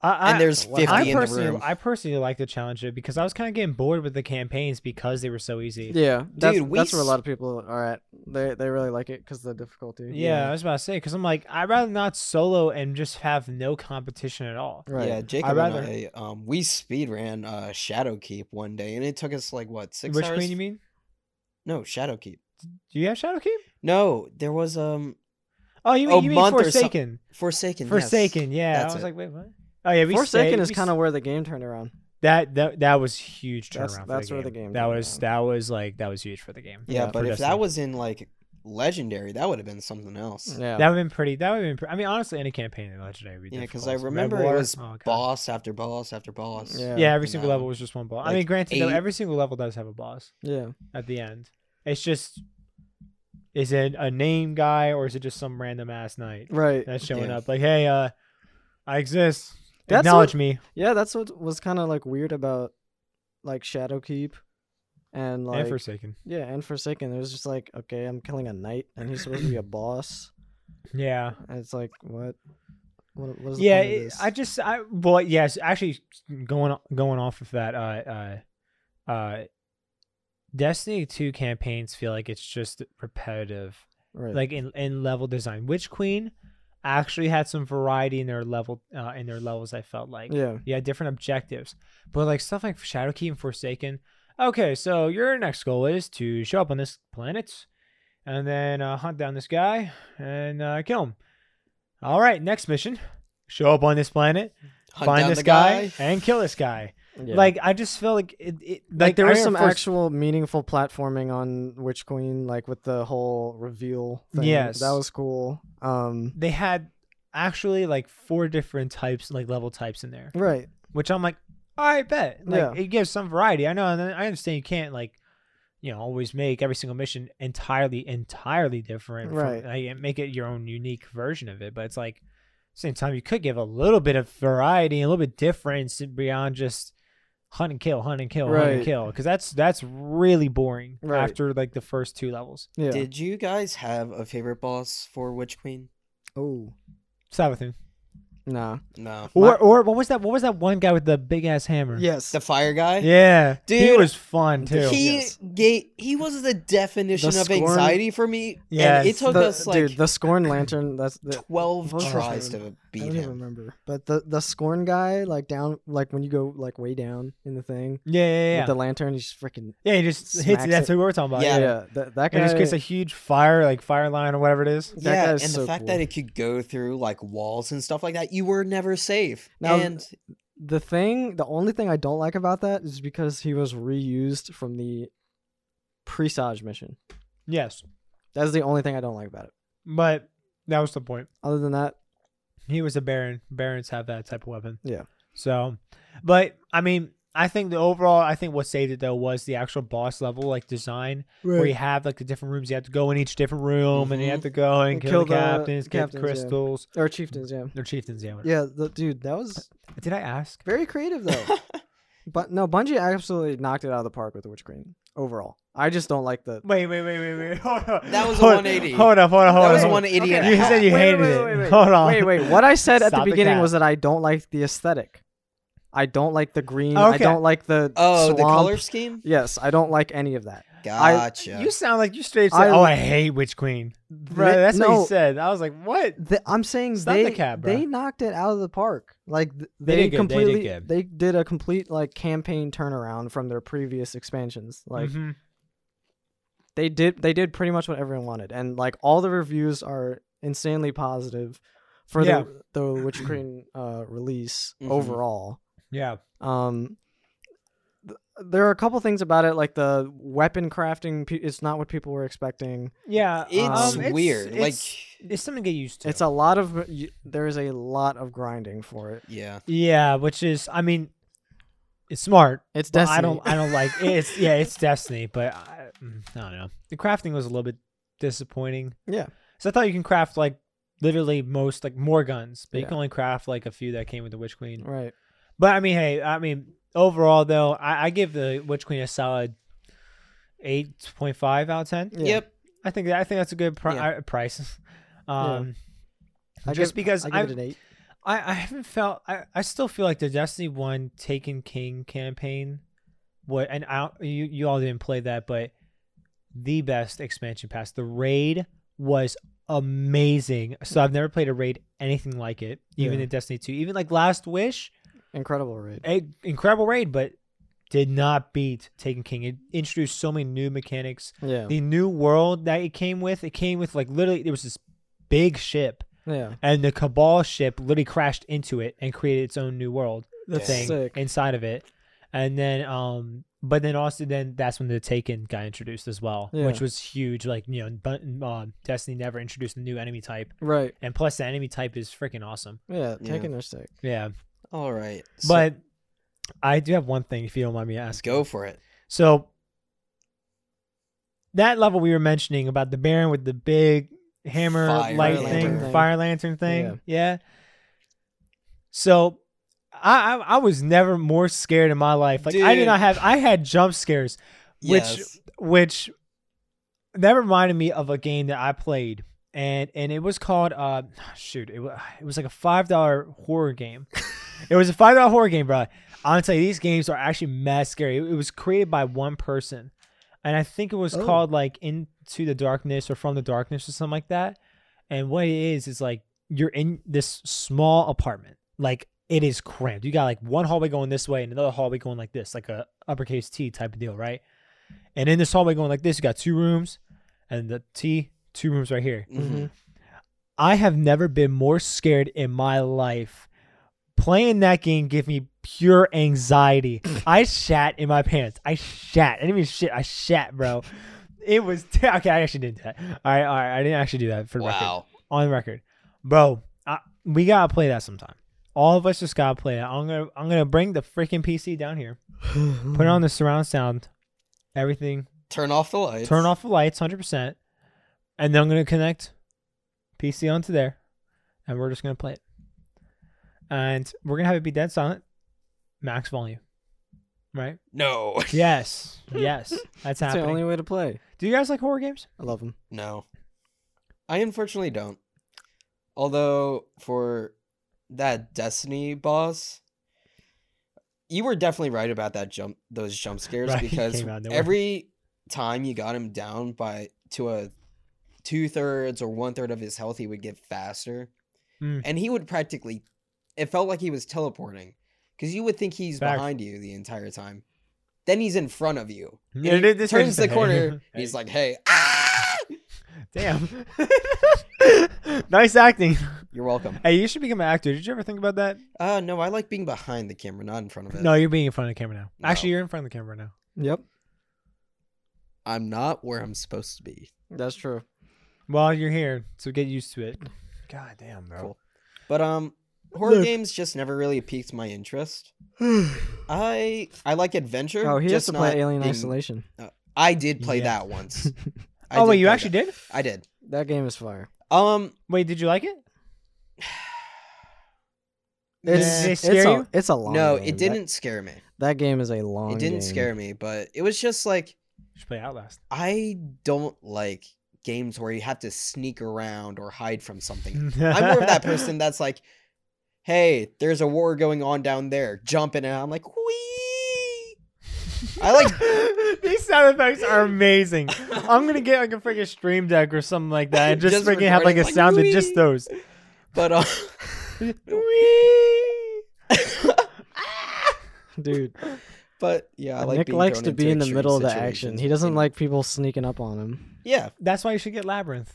I, I, And there's wow. 50 I I'm in the personally, room. I personally like to challenge it because I was kind of getting bored with the campaigns because they were so easy. Yeah, yeah, that's Dude, we that's where a s- lot of people are at. They they really like it because the difficulty. I was about to say because I'm like I'd rather not solo and just have no competition at all. Right. Yeah, Jacob rather- and I, um, we speed ran uh, Shadowkeep one day, and it took us like what six Which hours? queen you mean? No, Shadowkeep. Do you have Shadowkeep? No, there was um Oh, you, A you mean month or so- Forsaken? Forsaken. yes. Forsaken, yeah. that's I was it. like, wait, what? Oh yeah, we Forsaken stayed- is we kind of where the game turned around. That that that was huge turnaround. That's- for that's the where game. the game That turned was around. that was like that was huge for the game. Yeah, Yeah, but for if Destiny. that was in like Legendary, that would have been something else. Yeah. That would have been pretty. That would have been. Pre- I mean, honestly, any campaign in Legendary would be Yeah, because because I remember it was boss after boss after boss. Yeah. Yeah, every in single that level one. was just one boss. I Like mean, granted, though, eight- every single level does have a boss yeah. at the end. It's just, is it a name guy or is it just some random ass knight Right. that's showing Yeah. up? Like, hey, uh, I exist. That's Acknowledge what- me. Yeah, that's what was kind of like weird about like Shadowkeep and like and Forsaken. yeah, and Forsaken. It was just like, okay, I'm killing a knight and he's supposed to be a boss. Yeah. And it's like, what? What, what is the yeah point of it- this? i just i well yes actually going o- going off of that uh uh uh destiny 2 campaigns feel like it's just repetitive right. like in, in level design witch queen actually had some variety in their level uh, in their levels i felt like yeah, you had different objectives but like stuff like shadowkeep and forsaken okay so your next goal is to show up on this planet and then uh, hunt down this guy and uh, kill him all right next mission show up on this planet Hunt find down this the guy, and kill this guy yeah. like i just feel like it, it like there I was some remember first- actual meaningful platforming on Witch Queen, like with the whole reveal. Thing. Yes. that was cool. Um, they had actually like four different types like level types in there right. which I'm like, all right, bet. Like Yeah. it gives some variety. I know, and I understand you can't like, you know, always make every single mission entirely entirely different. from- Right. like, and make it your own unique version of it. But it's like, same time, you could give a little bit of variety, a little bit difference beyond just hunt and kill, hunt and kill, hunt and Right. kill, because that's that's really boring Right. after like the first two levels. Yeah. Did you guys have a favorite boss for Witch Queen? oh, Sabathun. Nah. No. Or or what was that? What was that one guy with the big ass hammer? Yes. The fire guy? yeah, he Dude, was fun too. He Yes. gave, he was the definition The of scorn- anxiety for me. And it Yes. took The- us like dude, the Scorn Lantern. That's the, 12 what was his tries name? to I beat don't even him. remember. But the the Scorn guy, like down, like when you go like way down in the thing yeah, yeah, with yeah. the lantern, he's freaking yeah, he just hits. smacks it. That's it. who we were talking about. Yeah. yeah. that that And guy. he just gets a huge fire, like fire line or whatever it is. That yeah, guy and is so the fact cool. that it could go through like walls and stuff like that, you were never safe. Now- and the thing, the only thing I don't like about that is because he was reused from the presage mission. Yes, That's the only thing I don't like about it. but that was the point. Other than that, He was a baron. Barons have that type of weapon. Yeah. So, but I mean, I think the overall, I think what saved it though was the actual boss level, like design, where you have like the different rooms. You have to go in each different room, and you Mhm. have to go and, And kill, Mm-hmm. kill the the captains, get the captains, yeah. crystals, or chieftains, yeah, or chieftains. Yeah. whatever. yeah. The, dude, that was Did I ask? very creative though. oh. But no, Bungie absolutely knocked it out of the park with the Witch Queen overall. I just don't like the. Wait, wait, wait, wait, wait. Hold on. That was a hold, 180. Hold up, hold up, hold that up. was hold up. 180 and okay. a You said half. you Wait, hated wait, it. wait, wait, wait. Hold on. Wait, wait. What I said at the Stop the beginning cat. was that I don't like the aesthetic. I don't like the green. I Okay. don't like the. Oh, the swamp. color scheme? Yes, I don't like any of that. Gotcha. You sound like you straight up I- said, "Oh, I hate Witch Queen." Bro, They- that's what no, he said. I was like, "What?" th- I'm saying Stop they the cat, bruh. they knocked it out of the park. Like th- They they, did good, they did completely good. they did a complete like campaign turnaround from their previous expansions. Like Mhm. they did they did pretty much what everyone wanted and like all the reviews are insanely positive for Yeah. the the witch queen uh release Mhm. overall yeah, um th- there are a couple things about it like the weapon crafting pe- it's not what people were expecting yeah. it's um, it's- weird. it's- like, it's something to get used to. it's a lot of y- there is a lot of grinding for it yeah. yeah, which is, I mean, it's smart. it's but destiny I don't, I don't like it's. Yeah, it's Destiny, but I, mm, I don't know. The crafting was a little bit disappointing. Yeah. So I thought you can craft like literally most like more guns, but you Yeah. can only craft like a few that came with the Witch Queen. right But I mean, hey, I mean, overall though, I, I give the Witch Queen a solid eight point five out of ten. Yeah. Yep. I think that, I think that's a good pri- Yeah. uh, price. Um, I just give- because i I, give it I, an eight I haven't felt I, I still feel like the Destiny One Taken King campaign, what and I don't- you you all didn't play that, but the best expansion pass the raid was amazing. So I've never played a raid anything like it, even Yeah. in Destiny Two, even like Last Wish incredible raid a incredible raid, but did not beat Taken King. It introduced so many new mechanics. yeah The new world that it came with, it came with like literally there was this big ship, yeah and the Cabal ship literally crashed into it and created its own new world that's thing sick inside of it. And then um but then also then that's when the Taken got introduced as well, Yeah. which was huge. Like, you know, but, um, Destiny never introduced a new enemy type. right And plus the enemy type is freaking awesome. yeah Yeah. taking their sick Yeah. All right. So But I do have one thing if you don't mind me let's asking. go for it. So that level we were mentioning about the Baron with the big hammer Fire light lantern thing, thing. fire lantern thing. Yeah. So I, I I was never more scared in my life. Like I did Dude. not have I had jump scares, Which- Yes. which that reminded me of a game that I played. And and it was called uh shoot, it was it was like a five dollar horror game. it was a five dollar horror game, bro. Honestly, these games are actually mad scary. It, it was created by one person. And I think it was Oh. called like Into the Darkness or From the Darkness or something like that. And what it is is like you're in this small apartment. Like it is cramped. You got like one hallway going this way and another hallway going like this, like a uppercase T type of deal, right? And in this hallway going like this, you got two rooms and the T, two rooms right here. Mm-hmm. Mhm. I have never been more scared in my life. Playing that game gave me pure anxiety. I shat in my pants. I shat. I didn't even shit. I shat, bro. It was ter- okay. I actually didn't do that. All right, all right. I didn't actually do that for the record. Wow. On record, bro. I, we gotta play that sometime. All of us just gotta play that. I'm gonna I'm gonna bring the freaking PC down here. Put Mm-hmm. on the surround sound. Everything Turn off the lights. turn off the lights 100% and then i'm going to connect pc onto there and we're just going to play it and we're going to have it be dead silent max volume right No. yes yes that's that's the happening only way to play do you guys like horror games i love them No. I unfortunately don't. Although for that Destiny boss, you were definitely right about that jump those jump scares Right, he because came out of nowhere. every time you got him down by to a two thirds or one third of his health, he would get faster, Mm. and he would practically. It felt like he was teleporting because you would think he's Facts. behind you the entire time. Then he's in front of you. Yeah, and he this guy's turns just the like, hey. corner. and He's like, "Hey, ah! Damn. nice acting. you're welcome." Hey, you should become an actor. Did you ever think about that? Uh, no, I like being behind the camera, not in front of it. No, you're being in front of the camera now. Uh, No. Actually, you're in front of the camera now. Yep, I'm not where I'm supposed to be. that's true. Well, you're here, so get used to it. God damn, bro. Cool. But um, horror Look. games just never really piqued my interest. oh, I I like adventure. he has just to play not Alien in- Isolation. I did play Yeah. that once. I Oh wait, did you play actually that. did? I did. That game is fire. Um, Wait, did you like it? It's Did it it's, scare a, you? it's a long. no, game. it That- didn't scare me. That, game is a long. It didn't game. scare me, but it was just like You should play Outlast. I don't like games where you have to sneak around or hide from something. I'm more of that person that's like, hey, there's a war going on down there. Jumping, and I'm like, wee. I like- these sound effects are amazing. I'm gonna get like a freaking stream deck or something like that, and just, Just freaking have like recording, a like, sound of just "Wee." those. But uh, dude. but yeah, I like Nick being likes thrown to be into in the extreme middle of the action. situations He with doesn't people. like people sneaking up on him. Yeah, That's why you should get Labyrinth.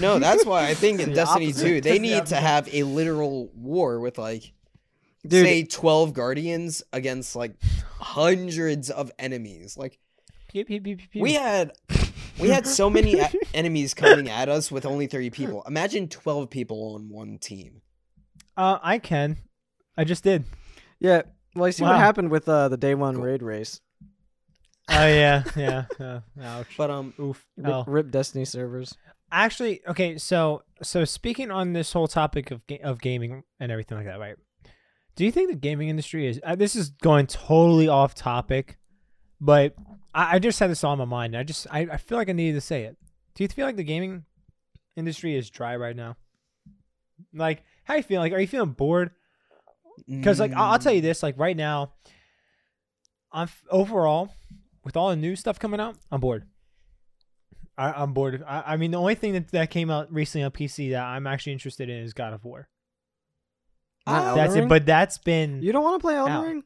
no, that's why I think in The Destiny opposite. 2 they That's the need to opposite. have a literal war with like Dude, say 12 guardians against like hundreds of enemies. Like Pew, pew, pew, pew, pew. we had we had so many a- enemies coming at us with only 30 people. Imagine 12 people on one team. Uh, I can. I just did. yeah. Well, you see Wow. what happened with uh, the day one Cool. raid race. Oh yeah, yeah. yeah. ouch. But um Oof. Rip, Oh. rip Destiny servers. Actually, okay. So, so speaking on this whole topic of ga- of gaming and everything like that, right? Do you think the gaming industry is? Uh, this is going totally off topic, but I, I just had this on my mind. I just I, I feel like I needed to say it. Do you feel like the gaming industry is dry right now? Like, how you feeling? Like, are you feeling bored? Because like Mm. I'll, I'll tell you this, like right now, I'm f- overall with all the new stuff coming out, I'm bored. I, I'm bored. I, I mean, the only thing that, that came out recently on PC that I'm actually interested in is God of War. Not Ah, Elden that's it. Ring? But that's been You don't want to play Elden Mm. Ow. Ring?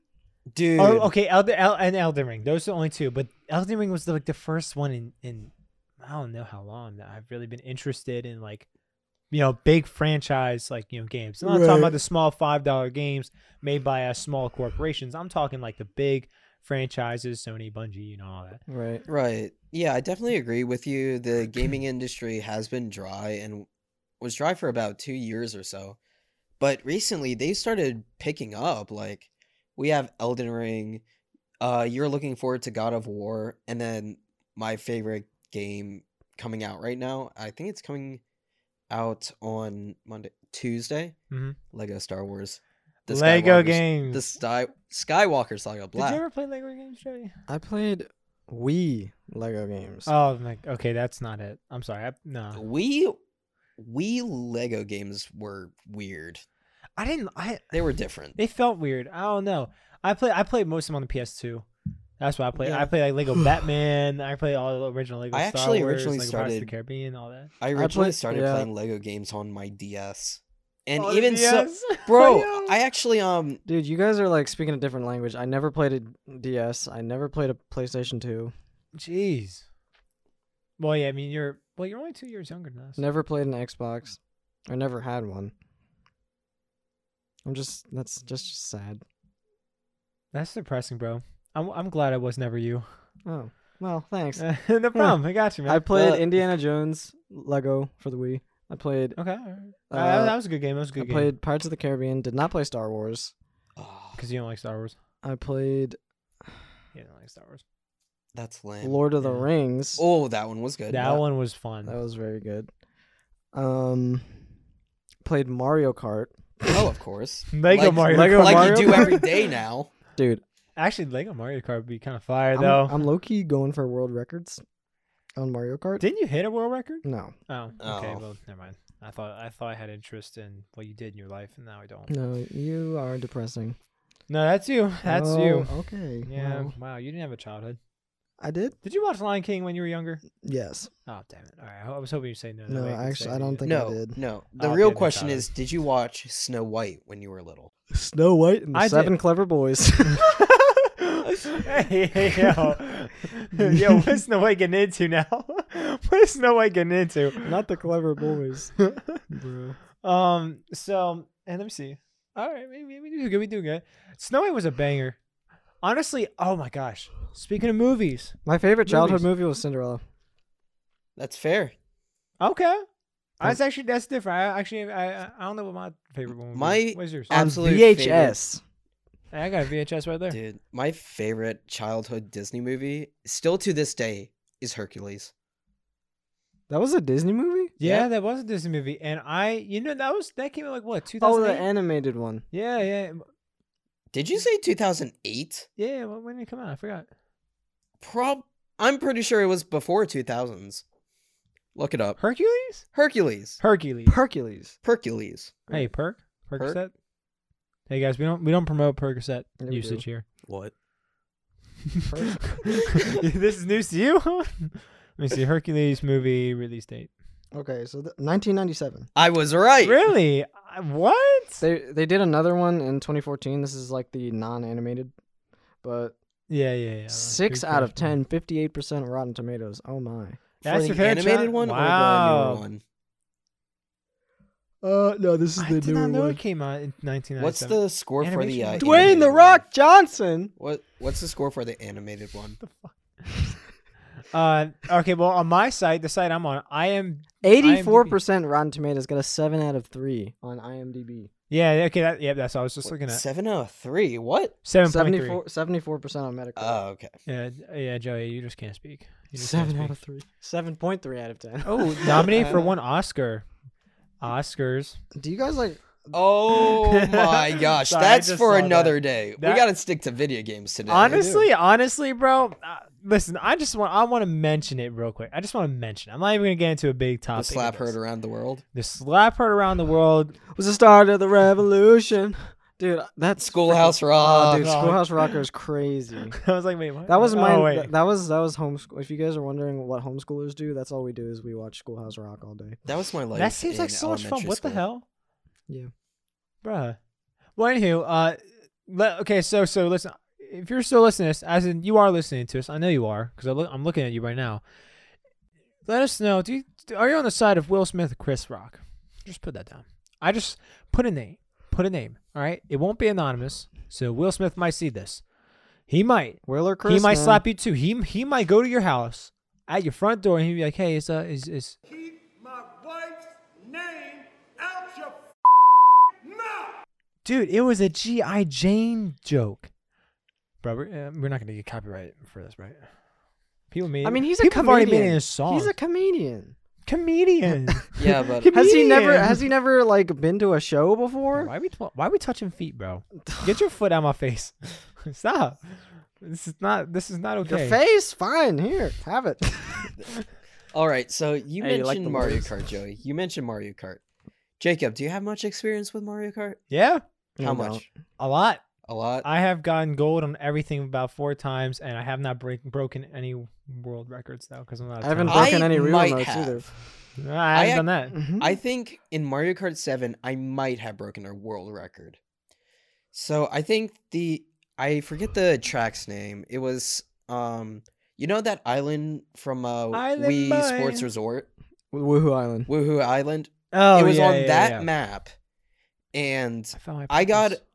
dude. oh okay, Elden El, and Elden Ring. Those are the only two. But Elden Ring was the, like the first one in in I don't know how long that I've really been interested in like you know big franchise like you know games. I'm not Right. talking about the small five dollar games made by uh, small corporations. I'm talking like the big franchises, Sony, Bungie, you know all that. Right. Right. Yeah, I definitely agree with you. The gaming industry has been dry and was dry for about two years or so. But recently they started picking up. Like, we have Elden Ring. Uh, you're looking forward to God of War. And then my favorite game coming out right now, I think it's coming out on Monday, Tuesday. Mhm. Lego Star Wars. Lego Skywalker- games. The Sky- Skywalker Saga Did Black. you ever play Lego games, Joey? I played Wii Lego games. Oh my. Okay, that's not it. I'm sorry. I, Uh-huh. no, we we lego games were weird I didn't. I they were different They felt weird. I don't know. I play. I played most of them on the PS2. That's why I play. Yeah. I play like Lego Batman. I play all the original Lego. I Star actually Wars, originally Lego Pirates of the started- Caribbean, all that. i originally played- started yeah. playing lego games on my ds and even so Oh, bro Bro, i actually um Dude, you guys are like speaking a different language. I never played a DS. I never played a PlayStation 2. Jeez. Well, yeah. I mean, you're. Well, you're only two years younger than us. Never played an Xbox. I never had one. I'm just that's just, just sad. That's depressing, bro. I'm. I'm glad I was never you. Oh. Well, thanks. no problem. I got you, man. I played Uh, Indiana Jones Lego for the Wii. I played okay. all right. Uh, Uh, that- that was a good game. That was a good I played Pirates of the Caribbean, did not play Star Wars. oh, Because you don't like Star Wars. I played You don't like Star Wars. that's lame Lord of the yeah. Rings. oh that one was good That one was fun. That was very good. Um played Mario Kart. oh of course Lego like, Mario. Lego Kart. like Mario you do Kart? every day now Dude, Actually, Lego Mario Kart would be kind of fire I'm, though. I'm low key going for world records on Mario Kart. Didn't you hit a world record? no. Oh, okay. Oh. Well, never mind. I thought I thought I had interest in what you did in your life, and now I don't. No, you are depressing. No, that's you. That's you. Oh, Okay. Yeah. wow. Wow, you didn't have a childhood. I did. Did you watch Lion King when you were younger? Yes. Oh damn it! All right, I was hoping you say no. that No, way could actually, say I you don't did. think- I no, did. no. The I'll real give it a question shot. is, did you watch Snow White when you were little? Snow White and the I did. Seven Clever Boys. hey, hey, yo, yo, what's Snow White getting into now? what's Snow White getting into? Not the Clever Boys, bro. um. So, and let me see. All right, we, we, we do good. We do good. Snow White was a banger. Honestly, oh my gosh. Speaking of movies, My favorite childhood Movies. movie was Cinderella. That's fair. okay, that's actually that's different. I actually I I- I don't know what my favorite one. Would My be. what's yours? ab- On Absolute VHS. I got a VHS right there. Dude, my favorite childhood Disney movie, still to this day, is Hercules. That was a Disney movie. Yeah, Yeah. that was a Disney movie, and I, you know, that was that came out like what two Oh, thousand the eight. animated one. yeah, yeah, Did Mm. you say 2008? yeah. When when did it come out? I forgot. Prob I'm pretty sure it was before 2000s. Look it up. Hercules. Hercules. Hercules. Hercules. Hercules. hey, perk. Percocet. Hey guys, we don't we don't promote Percocet Yeah, we usage do. here. What? this is news to you. Let me see. Hercules movie release date. Okay, so th- 1997. I was right. Really? I- What? They they did another one in 2014. This is like the non-animated, but Yeah, yeah, yeah. six Good out of ten, question. 58 percent Rotten Tomatoes. Oh my. That's For your the favorite animated chi- one or the Wow. newer one? Uh, no, this I did not know it came out in 1997. What's the score for the uh, Animation one. Dwayne animated the one? Rock Johnson. What What's the score for the animated one? Uh, okay, well, on my site, the site I'm on, I am. Eighty-four percent Rotten Tomatoes got a seven out of three on IMDb. Yeah, okay, that, yeah, that's what I was just looking at. Seven out of three. What? 7.3. 74 percent on Uh, Metacritic. Oh, okay. Yeah, yeah, Joey, you just can't speak. You just can't seven out speak. of three. Seven point three out of ten. Oh, nominated for one Oscar. Oscars. Do you guys like? Oh my gosh, Sorry, I that's just saw for that. another day. That- We gotta stick to video games today. Honestly, honestly, bro. Uh, listen, I just want I want to mention it real quick. I just want to mention. It. I'm not even gonna get into a big the topic. of slap this. heard around the world. The slap heard around the world. Was the start of the revolution, dude. That's Schoolhouse Oh, Rock. dude, Schoolhouse Rock is crazy. I was like, wait, what? That was Oh, my. wait. th- that was that was homeschool. If you guys are wondering what homeschoolers do, that's all we do is we watch Schoolhouse Rock all day. That was my life. that seems like in so much fun. elementary What the school. hell? Yeah. Bruh. Well, anywho, uh, le- okay, so so listen, if you're still listening to this, as in you are listening to us, I know you are because look, I'm looking at you right now. Let us know. Do you are you on the side of Will Smith or Chris Rock? Just put that down. I just put a name. Put a name. All right. It won't be anonymous. So Will Smith might see this. He might. Will or Chris? he might man. slap you too. He he might go to your house at your front door and he'd be like, "Hey, is uh, is is Keep my wife's name out your mouth. Dude, it was a G.I. Jane joke. Bro, we're, uh, we're not going to get copyright for this, right? People made I mean, he's a people have already made it in comedian. a song. He's a comedian. comedian. Yeah, but Has he never? Comedian. Has he never like been to a show before? Why are, we t- why are we touching feet, bro? Get your foot out of my face. Stop. This is not this is not Your okay. face, fine. Here, have it. all right. So you Hey, you mentioned like the Mario words. Kart, Joey. You mentioned Mario Kart. Jacob, do you have much experience with Mario Kart? yeah, How No, much? don't. a lot. A lot. I have gotten gold on everything about four times, and I have not break- broken any world records though, because I'm not. I I haven't I broken any real might notes have. either. I haven't I- done that. Mhm. I think in Mario Kart 7, I might have broken a world record. So I think the I forget the track's name. It was um you know that island from uh Island Wii Boy. Sports Resort, Woohoo Island. Woohoo Island. Oh, it was yeah, on yeah, that yeah. map, and I, found my I got. purpose.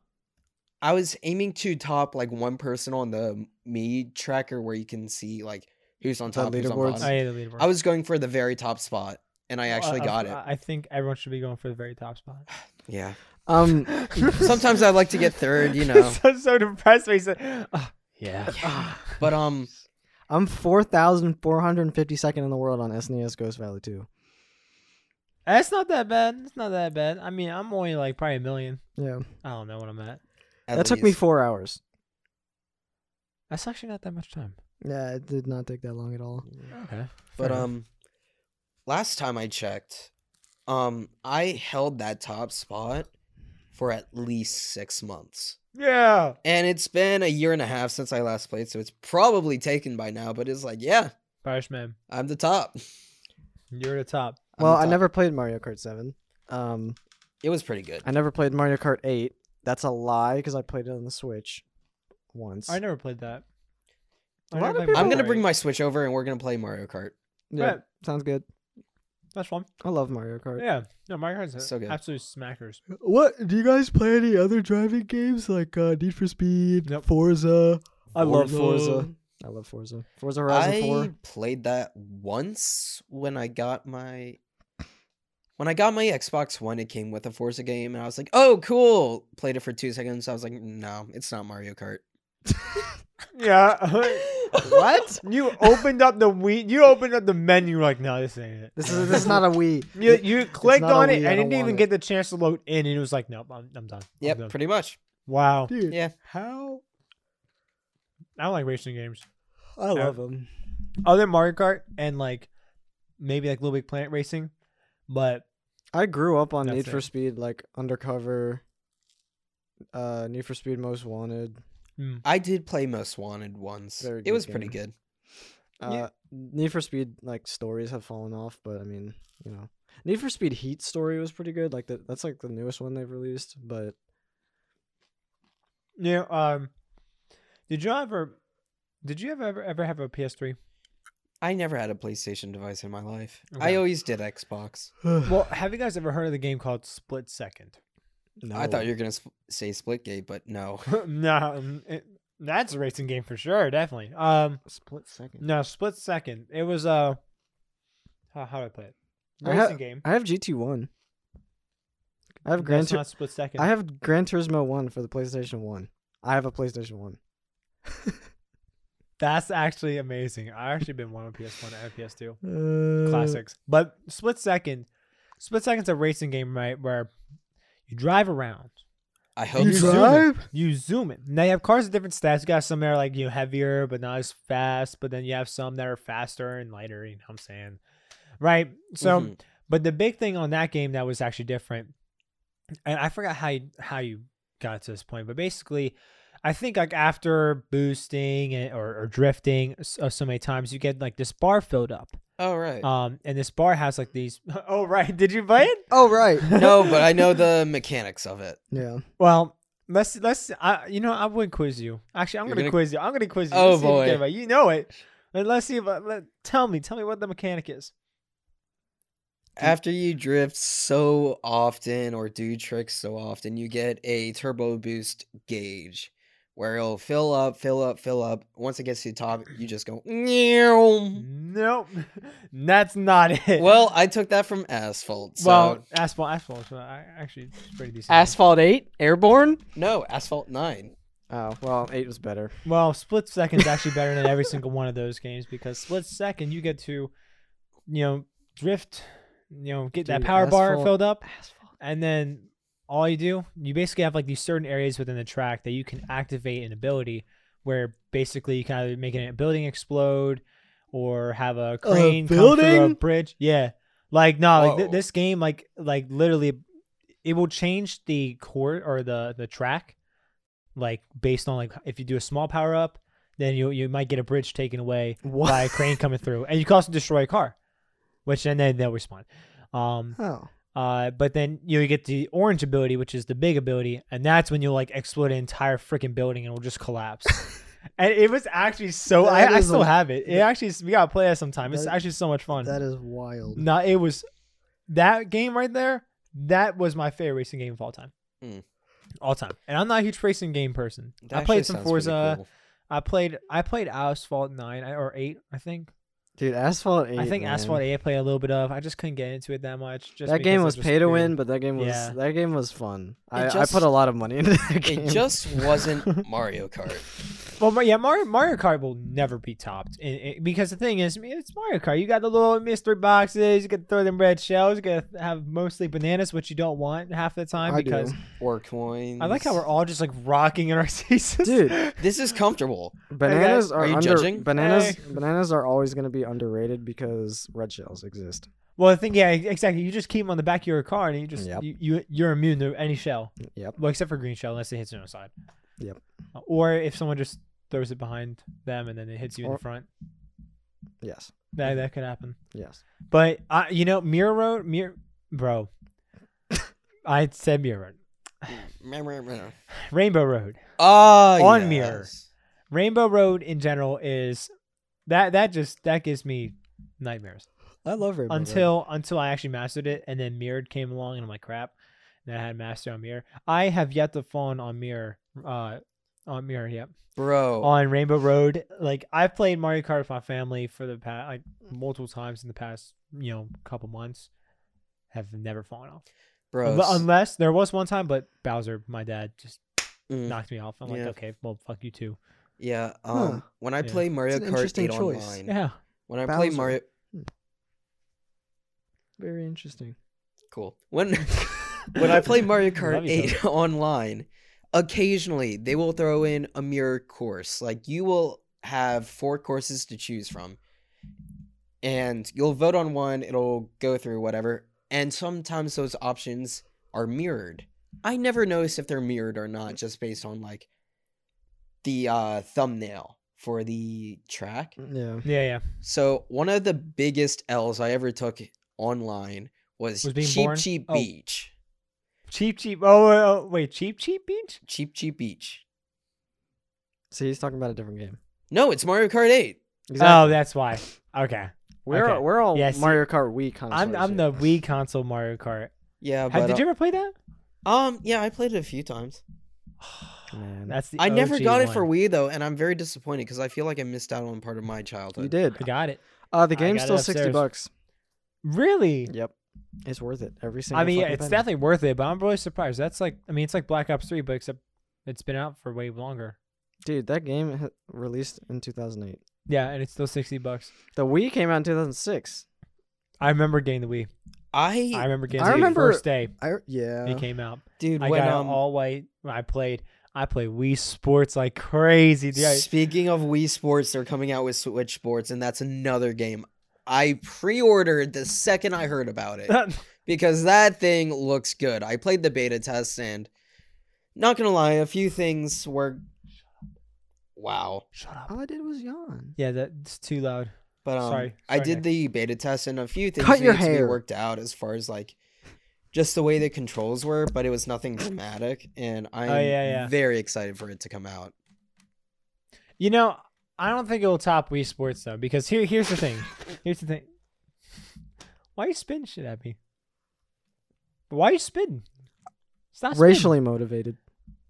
I was aiming to top like one person on the me tracker where you can see like who's on The top, who's on leaderboards. bottom. I, ate the leaderboard. I was going for the very top spot, and I Well, actually I- got I- it. I think everyone should be going for the very top spot. Yeah. Um, Sometimes I like to get third, you know. so, so depressed when he said, "Ah, "Yeah." But um, I'm four thousand four hundred fifty second in the world on SNES Ghost Valley Two. That's not that bad. It's not that bad. I mean, I'm only like probably a million. Yeah, I don't know what I'm at. that at took me least- four hours. That's actually not that much time. Yeah, it did not take that long at all. Okay. But Fair enough. um, last time I checked, Um, I held that top spot for at least six months. Yeah. And it's been a year and a half since I last played, so it's probably taken by now, but it's like, yeah, Irishman, I'm the top. I'm you're at the top. the Well, I top. never played Mario Kart 7. Um, It was pretty good. I never played Mario Kart 8. That's a lie because I played it on the Switch once. I never played that. A lot of never played people- I'm Mario gonna Kart. bring my Switch over and we're gonna play Mario Kart. Yeah, Right. sounds good. That's fun. I love Mario Kart. Yeah. No, Mario Kart's So so good. absolute smackers. What do you guys play any other driving games like uh, Need for Speed, Nope. Forza? I love Forza. Forza. I love Forza. Forza Horizon I 4. played that once when I got my when I got my Xbox One, it came with a Forza game, and I was like, "Oh, cool!" Played it for two seconds. I was like, "No, it's not Mario Kart." Yeah. What? you opened up the we you opened up the menu like, no, this ain't it. This is this is not a Wii. You you clicked not a on it Wii, and I it don't didn't even want it. get the chance to load in, and it was like, nope, I'm, I'm done. I'm Yep, done. pretty much. Wow. Dude, Yeah. how I don't like racing games. I love them. Other than Mario Kart and like maybe like Little Big Planet racing, but I grew up on That's Need for it. Speed, like Undercover, uh, Need for Speed Most Wanted. I did play Most Wanted once. Very It good was pretty game. good. Uh, Yeah. Need for Speed like stories have fallen off, but I mean, you know, Need for Speed Heat story was pretty good. Like the, that's like the newest one they've released. But you know, um, did you ever, did you ever ever ever have a PS3? I never had a PlayStation device in my life. I Okay. always did Xbox. Well, have you guys ever heard of the game called Split Second? no. I thought you were gonna sp- say Splitgate, but no. no, um, it, that's a racing game for sure, definitely. Um, split second. no, Split Second. It was uh, how, how do I put it? I Racing ha- game. I have GT one. I have Gran. That's Tur- not Split Second. I have Gran Turismo one for the PlayStation one. I have a PlayStation one. That's actually amazing. I actually been one on PS1 and PS2. Uh, classics. But split second, split second's a racing game, right? Where you drive around, I hope You You so. Mm-hmm. drive? drive? you zoom in. Now you have cars with different stats. You got some that are like you know, heavier but not as fast, but then you have some that are faster and lighter. You know what I'm saying, right? So, Mm-hmm. Mhm. but the big thing on that game that was actually different, and I forgot how you, how you got to this point, but basically. I think like after boosting and, or, or drifting uh, so, so many times, you get like this bar filled up, Oh right. Uh, um, and this bar has like these. Oh right, did you buy it? Oh right. no, but I know the mechanics of it. yeah. Well, let's let's. I you know I would quiz you. Actually, I'm You're gonna, gonna- quiz you. I'm gonna quiz you. Oh, Let's see if you boy. get it right. you know it. But let's see if I, let, tell me tell me what the mechanic is. After you drift so often or do tricks so often, you get a turbo boost gauge where it'll fill up, fill up, fill up. Once it gets to the top, you just go. "Meow." Nope, that's not it. Mm-hmm. Well, I took that from Asphalt. So well, asphalt, asphalt. So I actually it's pretty decent. eight airborne. no, Asphalt Nine. Oh well, eight was better. Well, split second is actually better than every single one of those games because split second you get to, you know, drift, you know, get that Dude, power bar asphalt- filled up, and then all you do, you basically have like these certain areas within the track that you can activate an ability where basically you kind of make a building explode or have a crane come through a building? bridge. Yeah, like no, like th- Whoa. this game, like like literally, it will change the core or the the track, like based on like if you do a small power up, then you you might get a bridge taken away What? by a crane coming through, and you can also destroy a car, which and then they'll respawn. Um, Oh. uh, but then you know, you get the orange ability, which is the big ability, and that's when you'll like explode an entire freaking building and it'll just collapse. and it was actually so That I, I is still a- have it. It actually we gotta play that sometime. It's That- actually so much fun. That is wild. no, it was that game right there. That was my favorite racing game of all time. Mm. All time, and I'm not a huge racing game person. That I played actually some sounds pretty Forza. cool. I played I played Asphalt Nine I- or Eight, I think. Dude, Asphalt 8. I think man. Asphalt Eight I played a little bit of. I just couldn't get into it that much. Just That game because I was just pay to couldn't- win, but that game was Yeah. that game was fun. I, I just- put a lot of money into that game. It just wasn't Mario Kart. Well, but yeah, Mario Mario Kart will never be topped and, and- because the thing is, I mean, it's Mario Kart. You got the little mystery boxes. You can throw them red shells. You can have mostly bananas, which you don't want half the time I do. because Or coins. I like how we're all just like rocking in our seats. Dude. This is comfortable. Bananas Are are, you under judging? bananas. Hey. Bananas are always going to be underrated because red shells exist. Well, I think yeah, ex- exactly. You just keep them on the back of your car, and you just Yep. you, you you're immune to any shell. Yep. Well, except for green shell, unless it hits you on the side. Yep. Uh, Or if someone just throws it behind them and then it hits you in Or- the front, Yes. that that could happen. Yes. But uh, you know, Mirror Road, Mirror, bro. I said Mirror Road, Rainbow Road, Ah, On mirror. yes. Rainbow Road in general is that that just that gives me nightmares. I love Rainbow until until I actually mastered it, and then Mirrored came along, and I'm like, crap. And I had master on Mirror. I have yet to phone on Mirror, uh, on Mirror. Yep, Bro. on Rainbow Road. Like I've played Mario Kart with my family for the past like multiple times in the past you know couple months. Have never fallen off. bro. Unle- Unless there was one time, but Bowser, my dad, just Mm. knocked me off. I'm like, Yeah. okay, well, fuck you too. Yeah. Huh. Um. When I Yeah. play Mario It's an Kart interesting 8 choice. online, Yeah, when I play Bowser. Mario, Very interesting. cool. When when I play Mario Love Kart you, 8 online, occasionally they will throw in a mirror course. Like you will have four courses to choose from. And you'll vote on one, it'll go through whatever. And sometimes those options are mirrored. I never notice if they're mirrored or not just based on like the uh, thumbnail for the track. Yeah. yeah, yeah. So one of the biggest L's I ever took online was, Was being Cheap born? Cheap Oh. Beach. Cheap, cheap. Oh, oh, wait, cheap, cheap beach. Cheap Cheap Beach. See, he's talking about a different game. No, it's Mario Kart 8. Oh, that's why. Okay. we're okay. we're all Yeah, see- Mario Kart Wii kind of. I'm I'm the Wii console Mario Kart. Yeah, Have, but did uh, you ever play that? um, yeah, I played it a few times. man. That's the I never OG got it for one. Wii though, and I'm very disappointed because I feel like I missed out on part of my childhood. You did. I got it. Uh, the I game's got it still sixty upstairs. bucks. Really? Yep. It's worth it every single. I mean, yeah, fucking it's penny. definitely worth it, but I'm really surprised. That's like, I mean, it's like Black Ops Three, but except it's been out for way longer. Dude, that game ha- released in two thousand eight. Yeah, and it's still sixty bucks. The Wii came out in two thousand six. I remember getting the Wii. I, I remember getting I the remember- Wii first day I yeah. it came out. dude, I when got um, it all white. I played. I played Wii Sports like crazy. Dude. I- speaking of Wii Sports, they're coming out with Switch Sports, and that's another game. I pre-ordered the second I heard about it. because that thing looks good. I played the beta test and not gonna lie, a few things were wow. Shut up. All I did was yawn. Yeah, that's too loud. But um, Sorry. I Sorry, did Nick. the beta test and a few things Cut your needed to be hair. worked out as far as like just the way the controls were, but it was nothing dramatic, and I'm Oh, yeah, yeah. very excited for it to come out. You know, I don't think it will top Wii Sports though, because here here's the thing. Here's the thing. Why you spin shit at me? Why you spin? Stop spitting. Racially motivated.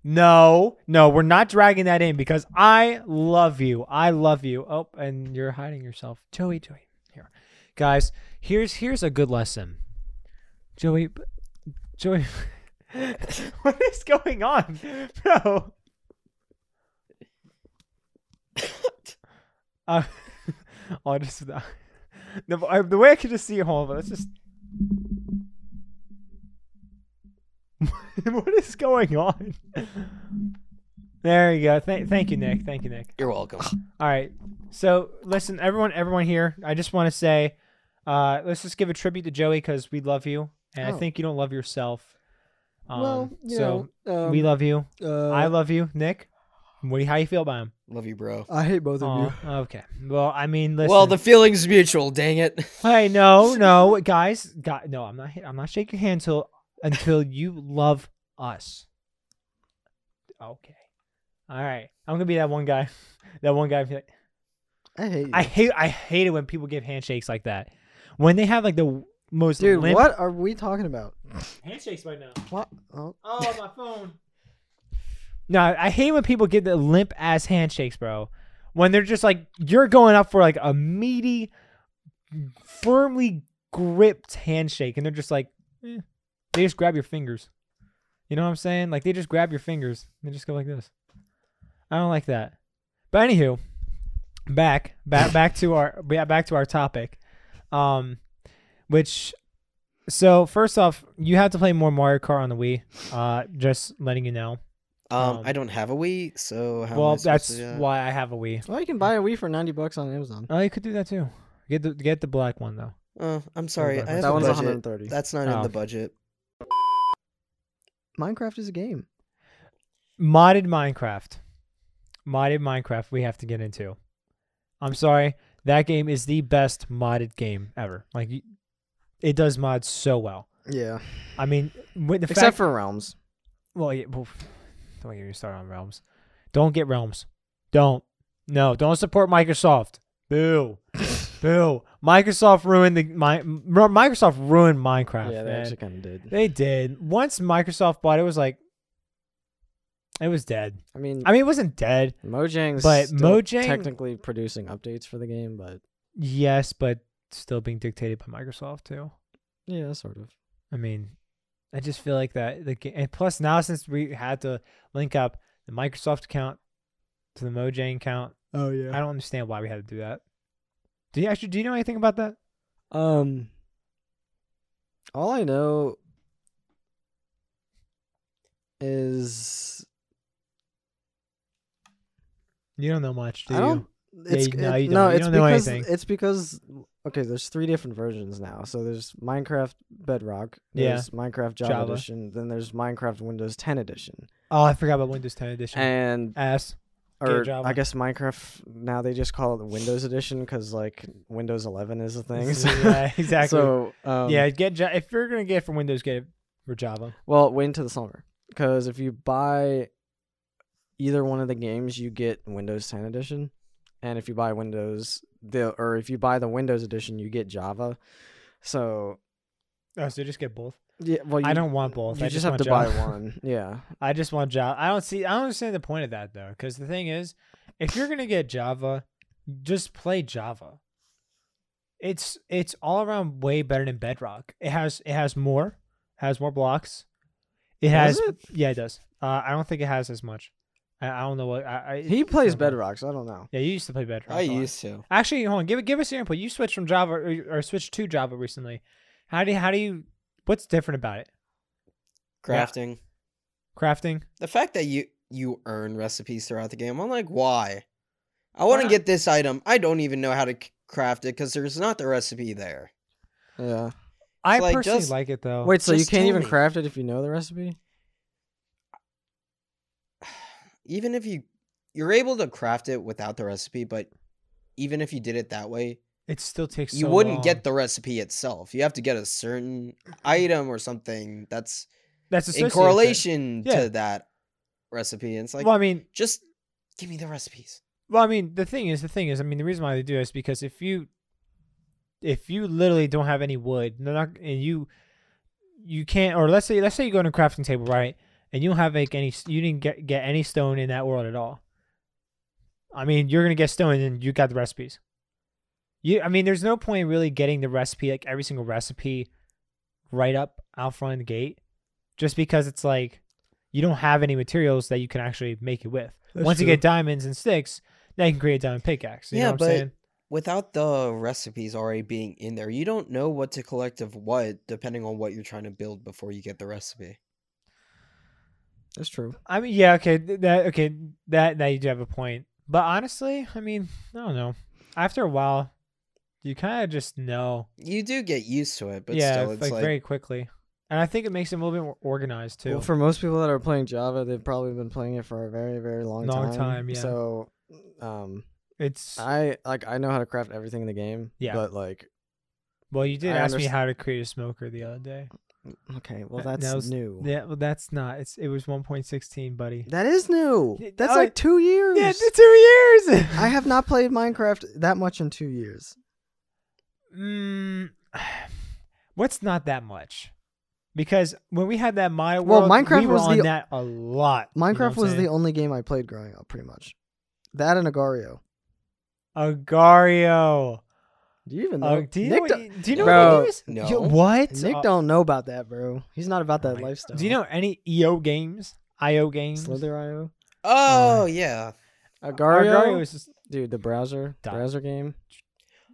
No, no, we're not dragging that in because I love you. I love you. Oh, and you're hiding yourself, Joey. Joey, here, guys. Here's here's a good lesson, Joey. b- Joey, what is going on, bro? uh, I'll just the, I- the way I could just see hold on, let's just. what is going on? There you go. Thank, thank you, Nick. Thank you, Nick. You're welcome. All right. So listen, everyone, everyone here. I just want to say, uh, let's just give a tribute to Joey because we love you, and Oh. I think you don't love yourself. Um, well, you so know, um, we love you. Uh, I love you, Nick. What? do- How you feel about him? Love you, bro. I hate both of Oh, you. okay. Well, I mean, listen. Well, the feeling's mutual. Dang it. Hey, no, no, guys, guy, no, I'm not. I'm not shaking your hand until until you love us. Okay, all right. I'm gonna be that one guy. That one guy. who's like, I hate you. I hate. I hate it when people give handshakes like that. When they have like the most Dude, limp- what are we talking about? handshakes right now? What? Oh, Oh, my phone. No, I hate when people get the limp ass handshakes, bro. When they're just like you're going up for like a meaty, firmly gripped handshake, and they're just like, eh. they just grab your fingers. You know what I'm saying? Like they just grab your fingers. and They just go like this. I don't like that But anywho, back back back to our yeah, back to our topic, um, which so first off, you have to play more Mario Kart on the Wii. Uh, just letting you know. Um, Um, I don't have a Wii, so how am I well, supposed that's to uh, do that? why I have a Wii. Well, you can buy a Wii for ninety bucks on Amazon. Oh, you could do that too. Get the get the black one though. Uh, I'm sorry, That I have That a one's one hundred and budget. thirty. That's not in Oh. the budget. Minecraft is a game. Modded Minecraft. Modded Minecraft. We have to get into. I'm sorry. That game is the best modded game ever. Like, y- it does mods so well. Yeah, I mean, with the except fact, for Realms. well, yeah, well, don't get me started on Realms. Don't get Realms. Don't. No, don't support Microsoft. Boo. Boo. Microsoft ruined the my Microsoft ruined Minecraft. yeah, they man. actually kind of did. They did. Once Microsoft bought it, it was like it was dead. I mean, I mean, it wasn't dead. Mojang's but still Mojang- technically producing updates for the game, but Yes, but still being dictated by Microsoft too. yeah, sort of. I mean, I just feel like that the game, and plus now since we had to link up the Microsoft account to the Mojang account, Oh I yeah. don't understand why we had to do that. Do you actually do you know anything about that? Um, all I know is You don't know much, do I you? don't. It's, you- no, it- you no, don't. You it's don't know because anything. it's because okay. There's three different versions now. So there's Minecraft Bedrock, Yeah. there's Minecraft Java, Java. Edition, then there's Minecraft Windows 10 Edition, Oh, I forgot about Windows 10 Edition. and Ass. Get or Java. I guess Minecraft now they just call it the Windows Edition because like Windows 11 is a thing. So, yeah, exactly. so, um, yeah, get Ja- if you're gonna get it from Windows, get it for Java. Well, wait until the summer because if you buy either one of the games, you get Windows 10 edition, and if you buy Windows the or if you buy the Windows edition, you get Java. So Oh, so just get both. yeah, well, you, I don't want both. You I just, just have want to buy Java. one. Yeah, I just want Java. I don't see. I don't understand the point of that though, because the thing is, if you're gonna get Java, just play Java. It's it's all around way better than Bedrock. It has it has more, has more blocks. It Does has it? yeah, it does. Uh, I don't think it has as much. I, I don't know what I, I he plays Bedrock. Bedrock, so I don't know. Yeah, you used to play Bedrock. I a lot. used to. Actually, hold on. Give give us your input. You switched from Java or, or switched to Java recently. How do you, how do you? What's different about it? Crafting. Crafting. The fact that you you earn recipes throughout the game, I'm like, why? I want to not? get this item. I don't even know how to c- craft it because there's not the recipe there. Yeah. I like, personally just- like it though. Wait, so you Just can't tell even me. craft it if you know the recipe? Even if you you're able to craft it without the recipe, but even if you did it that way, it still takes. you so wouldn't long. get the recipe itself. You have to get a certain item or something that's that's in associated with it. correlation Yeah. to that recipe. And it's like, well, I mean, just give me the recipes. well, I mean, the thing is, the thing is, I mean, the reason why they do it is because if you, if you literally don't have any wood, they're not, and you, you can't, or let's say, let's say you go on a crafting table, right, and you don't have like any, you didn't get get any stone in that world at all. I mean, you're gonna get stone, and you got the recipes. You, I mean, there's no point in really getting the recipe, like every single recipe, right up out front of the gate, just because it's like you don't have any materials that you can actually make it with. That's Once you true. get diamonds and sticks, now you can create a diamond pickaxe. You Yeah, know what but- I'm saying? Without the recipes already being in there, you don't know what to collect of what depending on what you're trying to build before you get the recipe. That's true. I mean, yeah, okay, th- that okay, that now you do have a point. But honestly, I mean, I don't know. After a while, you kind of just know. You do get used to it, but yeah, still, like, it's like, very quickly, and I think it makes it a little bit more organized too. Well, for most people that are playing Java, they've probably been playing it for a very, very long, Long time. time, yeah. So, um, it's I like I know how to craft everything in the game. Yeah. But like well, you did I ask me underst- how to create a smoker the other day. Okay, well That- that's that was- new. Yeah, well, that's not. It's it was 1.16, buddy. That is new. Yeah, That's oh, like two years. Yeah, the two years. I have not played Minecraft that much in two years. Mm, what's not that much? Because when we had that Maya Well, world, Minecraft we were was on the- that a lot. you know Minecraft what I'm was saying? the only game I played growing up, pretty much. That and Agario. Agario. Do you even know? Oh, do you know? Nick, What, do- you- do you know Bro, what that is? no. Yo, what? Nick Uh, don't know about that, bro. He's not about oh that my- lifestyle. E Do you know any EO games? IO games? uh, Slither.io? oh yeah, Agario, Agario is just dude, the browser Dot. browser game.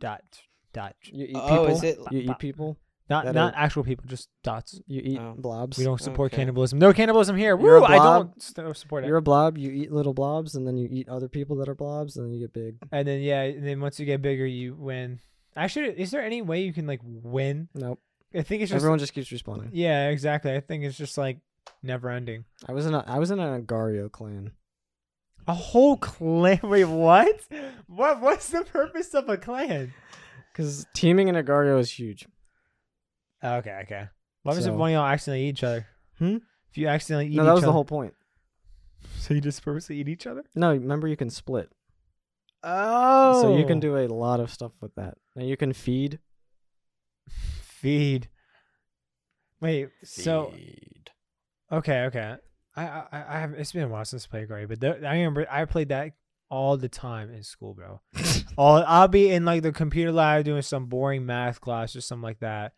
dot dot. You eat Oh, people. is it- You eat people. Not That not is- actual people, just dots. You eat Oh. blobs. We don't support Okay. cannibalism. No cannibalism here. You're a Woo! I blob. don't st- support it. You're a blob. You eat little blobs, and then you eat other people that are blobs, and then you get big. And then yeah, and then once you get bigger, you win. Actually, is there any way you can like win? Nope. I think it's just Everyone just keeps respawning. yeah, exactly. I think it's just like never ending. I was in a I was in an Agario clan. A whole clan. Wait, what? What? What's the purpose of a clan? Because teaming in Agario is huge. Okay, okay. What happens if So- one of y'all accidentally eat each other? Hmm? If you accidentally eat no, that each was other, the whole point. so you just purposely eat each other. No, remember you can split. Oh, So you can do a lot of stuff with that. Now you can feed. feed. Wait, so Okay, okay. I I, I have it's been a while since I played Glory, but th- I remember I played that all the time in school, bro. all I'll be in like the computer lab doing some boring math class or something like that,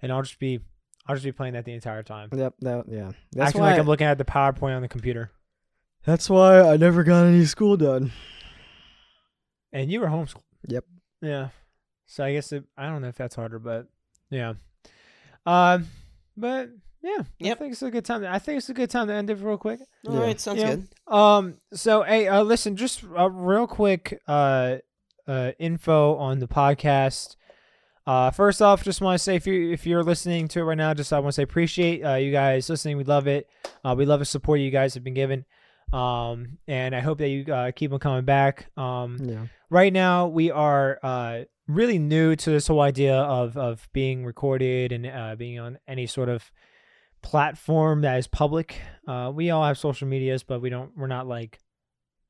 and I'll just be I'll just be playing that the entire time. Yep. That yeah. That's Acting why. like I'm looking at the PowerPoint on the computer. that's why I never got any school done. And you were homeschooled. Yep. Yeah. So I guess it, I don't know if that's harder, but yeah. Um, but yeah, Yep. I think it's a good time. I think it's a good time to end it real quick. All Yeah. right, sounds Yeah. good. Um. So, hey, uh, listen, just uh, real quick, uh, uh, info on the podcast. Uh, first off, just want to say if you if you're listening to it right now, just I want to say appreciate uh, you guys listening. We love it. Uh, we love the support you guys have been given. Um, and I hope that you uh, keep on coming back. Um, Yeah. right now we are uh, really new to this whole idea of of being recorded and uh, being on any sort of platform that is public. Uh, we all have social medias, but we don't. We're not like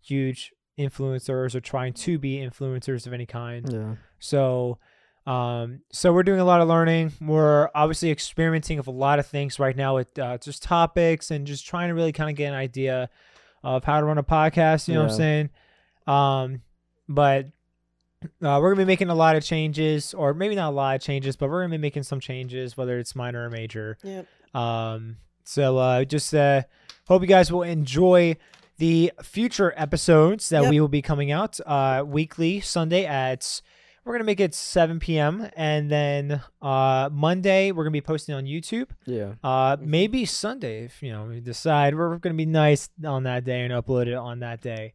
huge influencers or trying to be influencers of any kind. Yeah. So, um, so we're doing a lot of learning. We're obviously experimenting with a lot of things right now with uh, just topics and just trying to really kind of get an idea of how to run a podcast. You know what I'm Yeah. saying? Um, but uh, we're gonna be making a lot of changes, or maybe not a lot of changes, but we're gonna be making some changes, whether it's minor or major. Yep. Um, so uh, just uh, hope you guys will enjoy the future episodes that Yep. we will be coming out uh, weekly Sunday at we're gonna make it 7 p.m. and then uh, Monday we're gonna be posting on YouTube. Yeah. Uh, Mhm. maybe Sunday if you know we decide we're gonna be nice on that day and upload it on that day.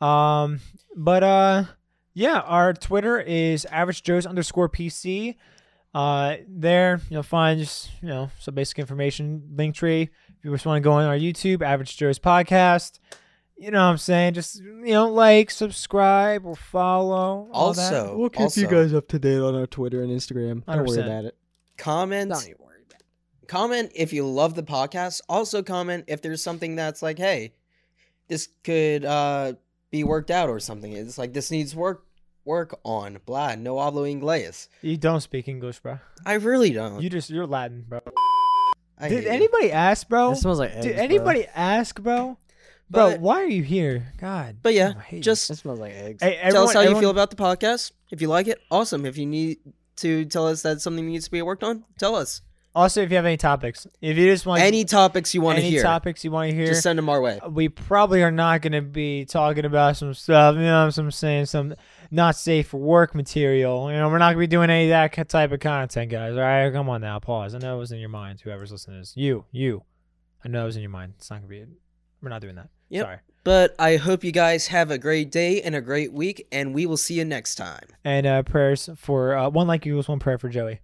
Um, but uh, yeah, our Twitter is average joes underscore pc. Uh, there you'll find just you know some basic information link tree. If you just want to go on our YouTube, average joes podcast. You know what I'm saying? Just you know, like, subscribe, or follow. all that. Also, also, up to date on our Twitter and Instagram. 100%. it. comment. Don't you worry about it. comment if you love the podcast. Also comment if there's something that's like, hey, this could uh, be worked out or something. It's like this needs work work on. Blah, no hablo inglés. you don't speak English, bro. I really don't. You just you're Latin, bro. I Did hate you. anybody ask, bro? It smells like eggs. Did bro. anybody ask, bro? Bro, But- why are you here? God. But yeah, damn, Oh, I hate you. just It smells like eggs. hey, everyone, tell us how everyone, you feel about the podcast. If you like it, awesome. If you need to tell us that something needs to be worked on, tell us. Also, if you have any topics, if you just want Any topics you want to any hear, topics you want to hear, just send them our way. we probably are not going to be talking about some stuff. You know what I'm saying? Some not safe for work material. You know, we're not going to be doing any of that ki- type of content, guys. All right, come on now. Pause. I know it was in your mind. Whoever's listening to this, you, you. I know it was in your mind. It's not going to be. We're not doing that. Yep. Sorry. But I hope you guys have a great day and a great week, and we will see you next time. And uh, prayers for uh, one like you was one prayer for Joey.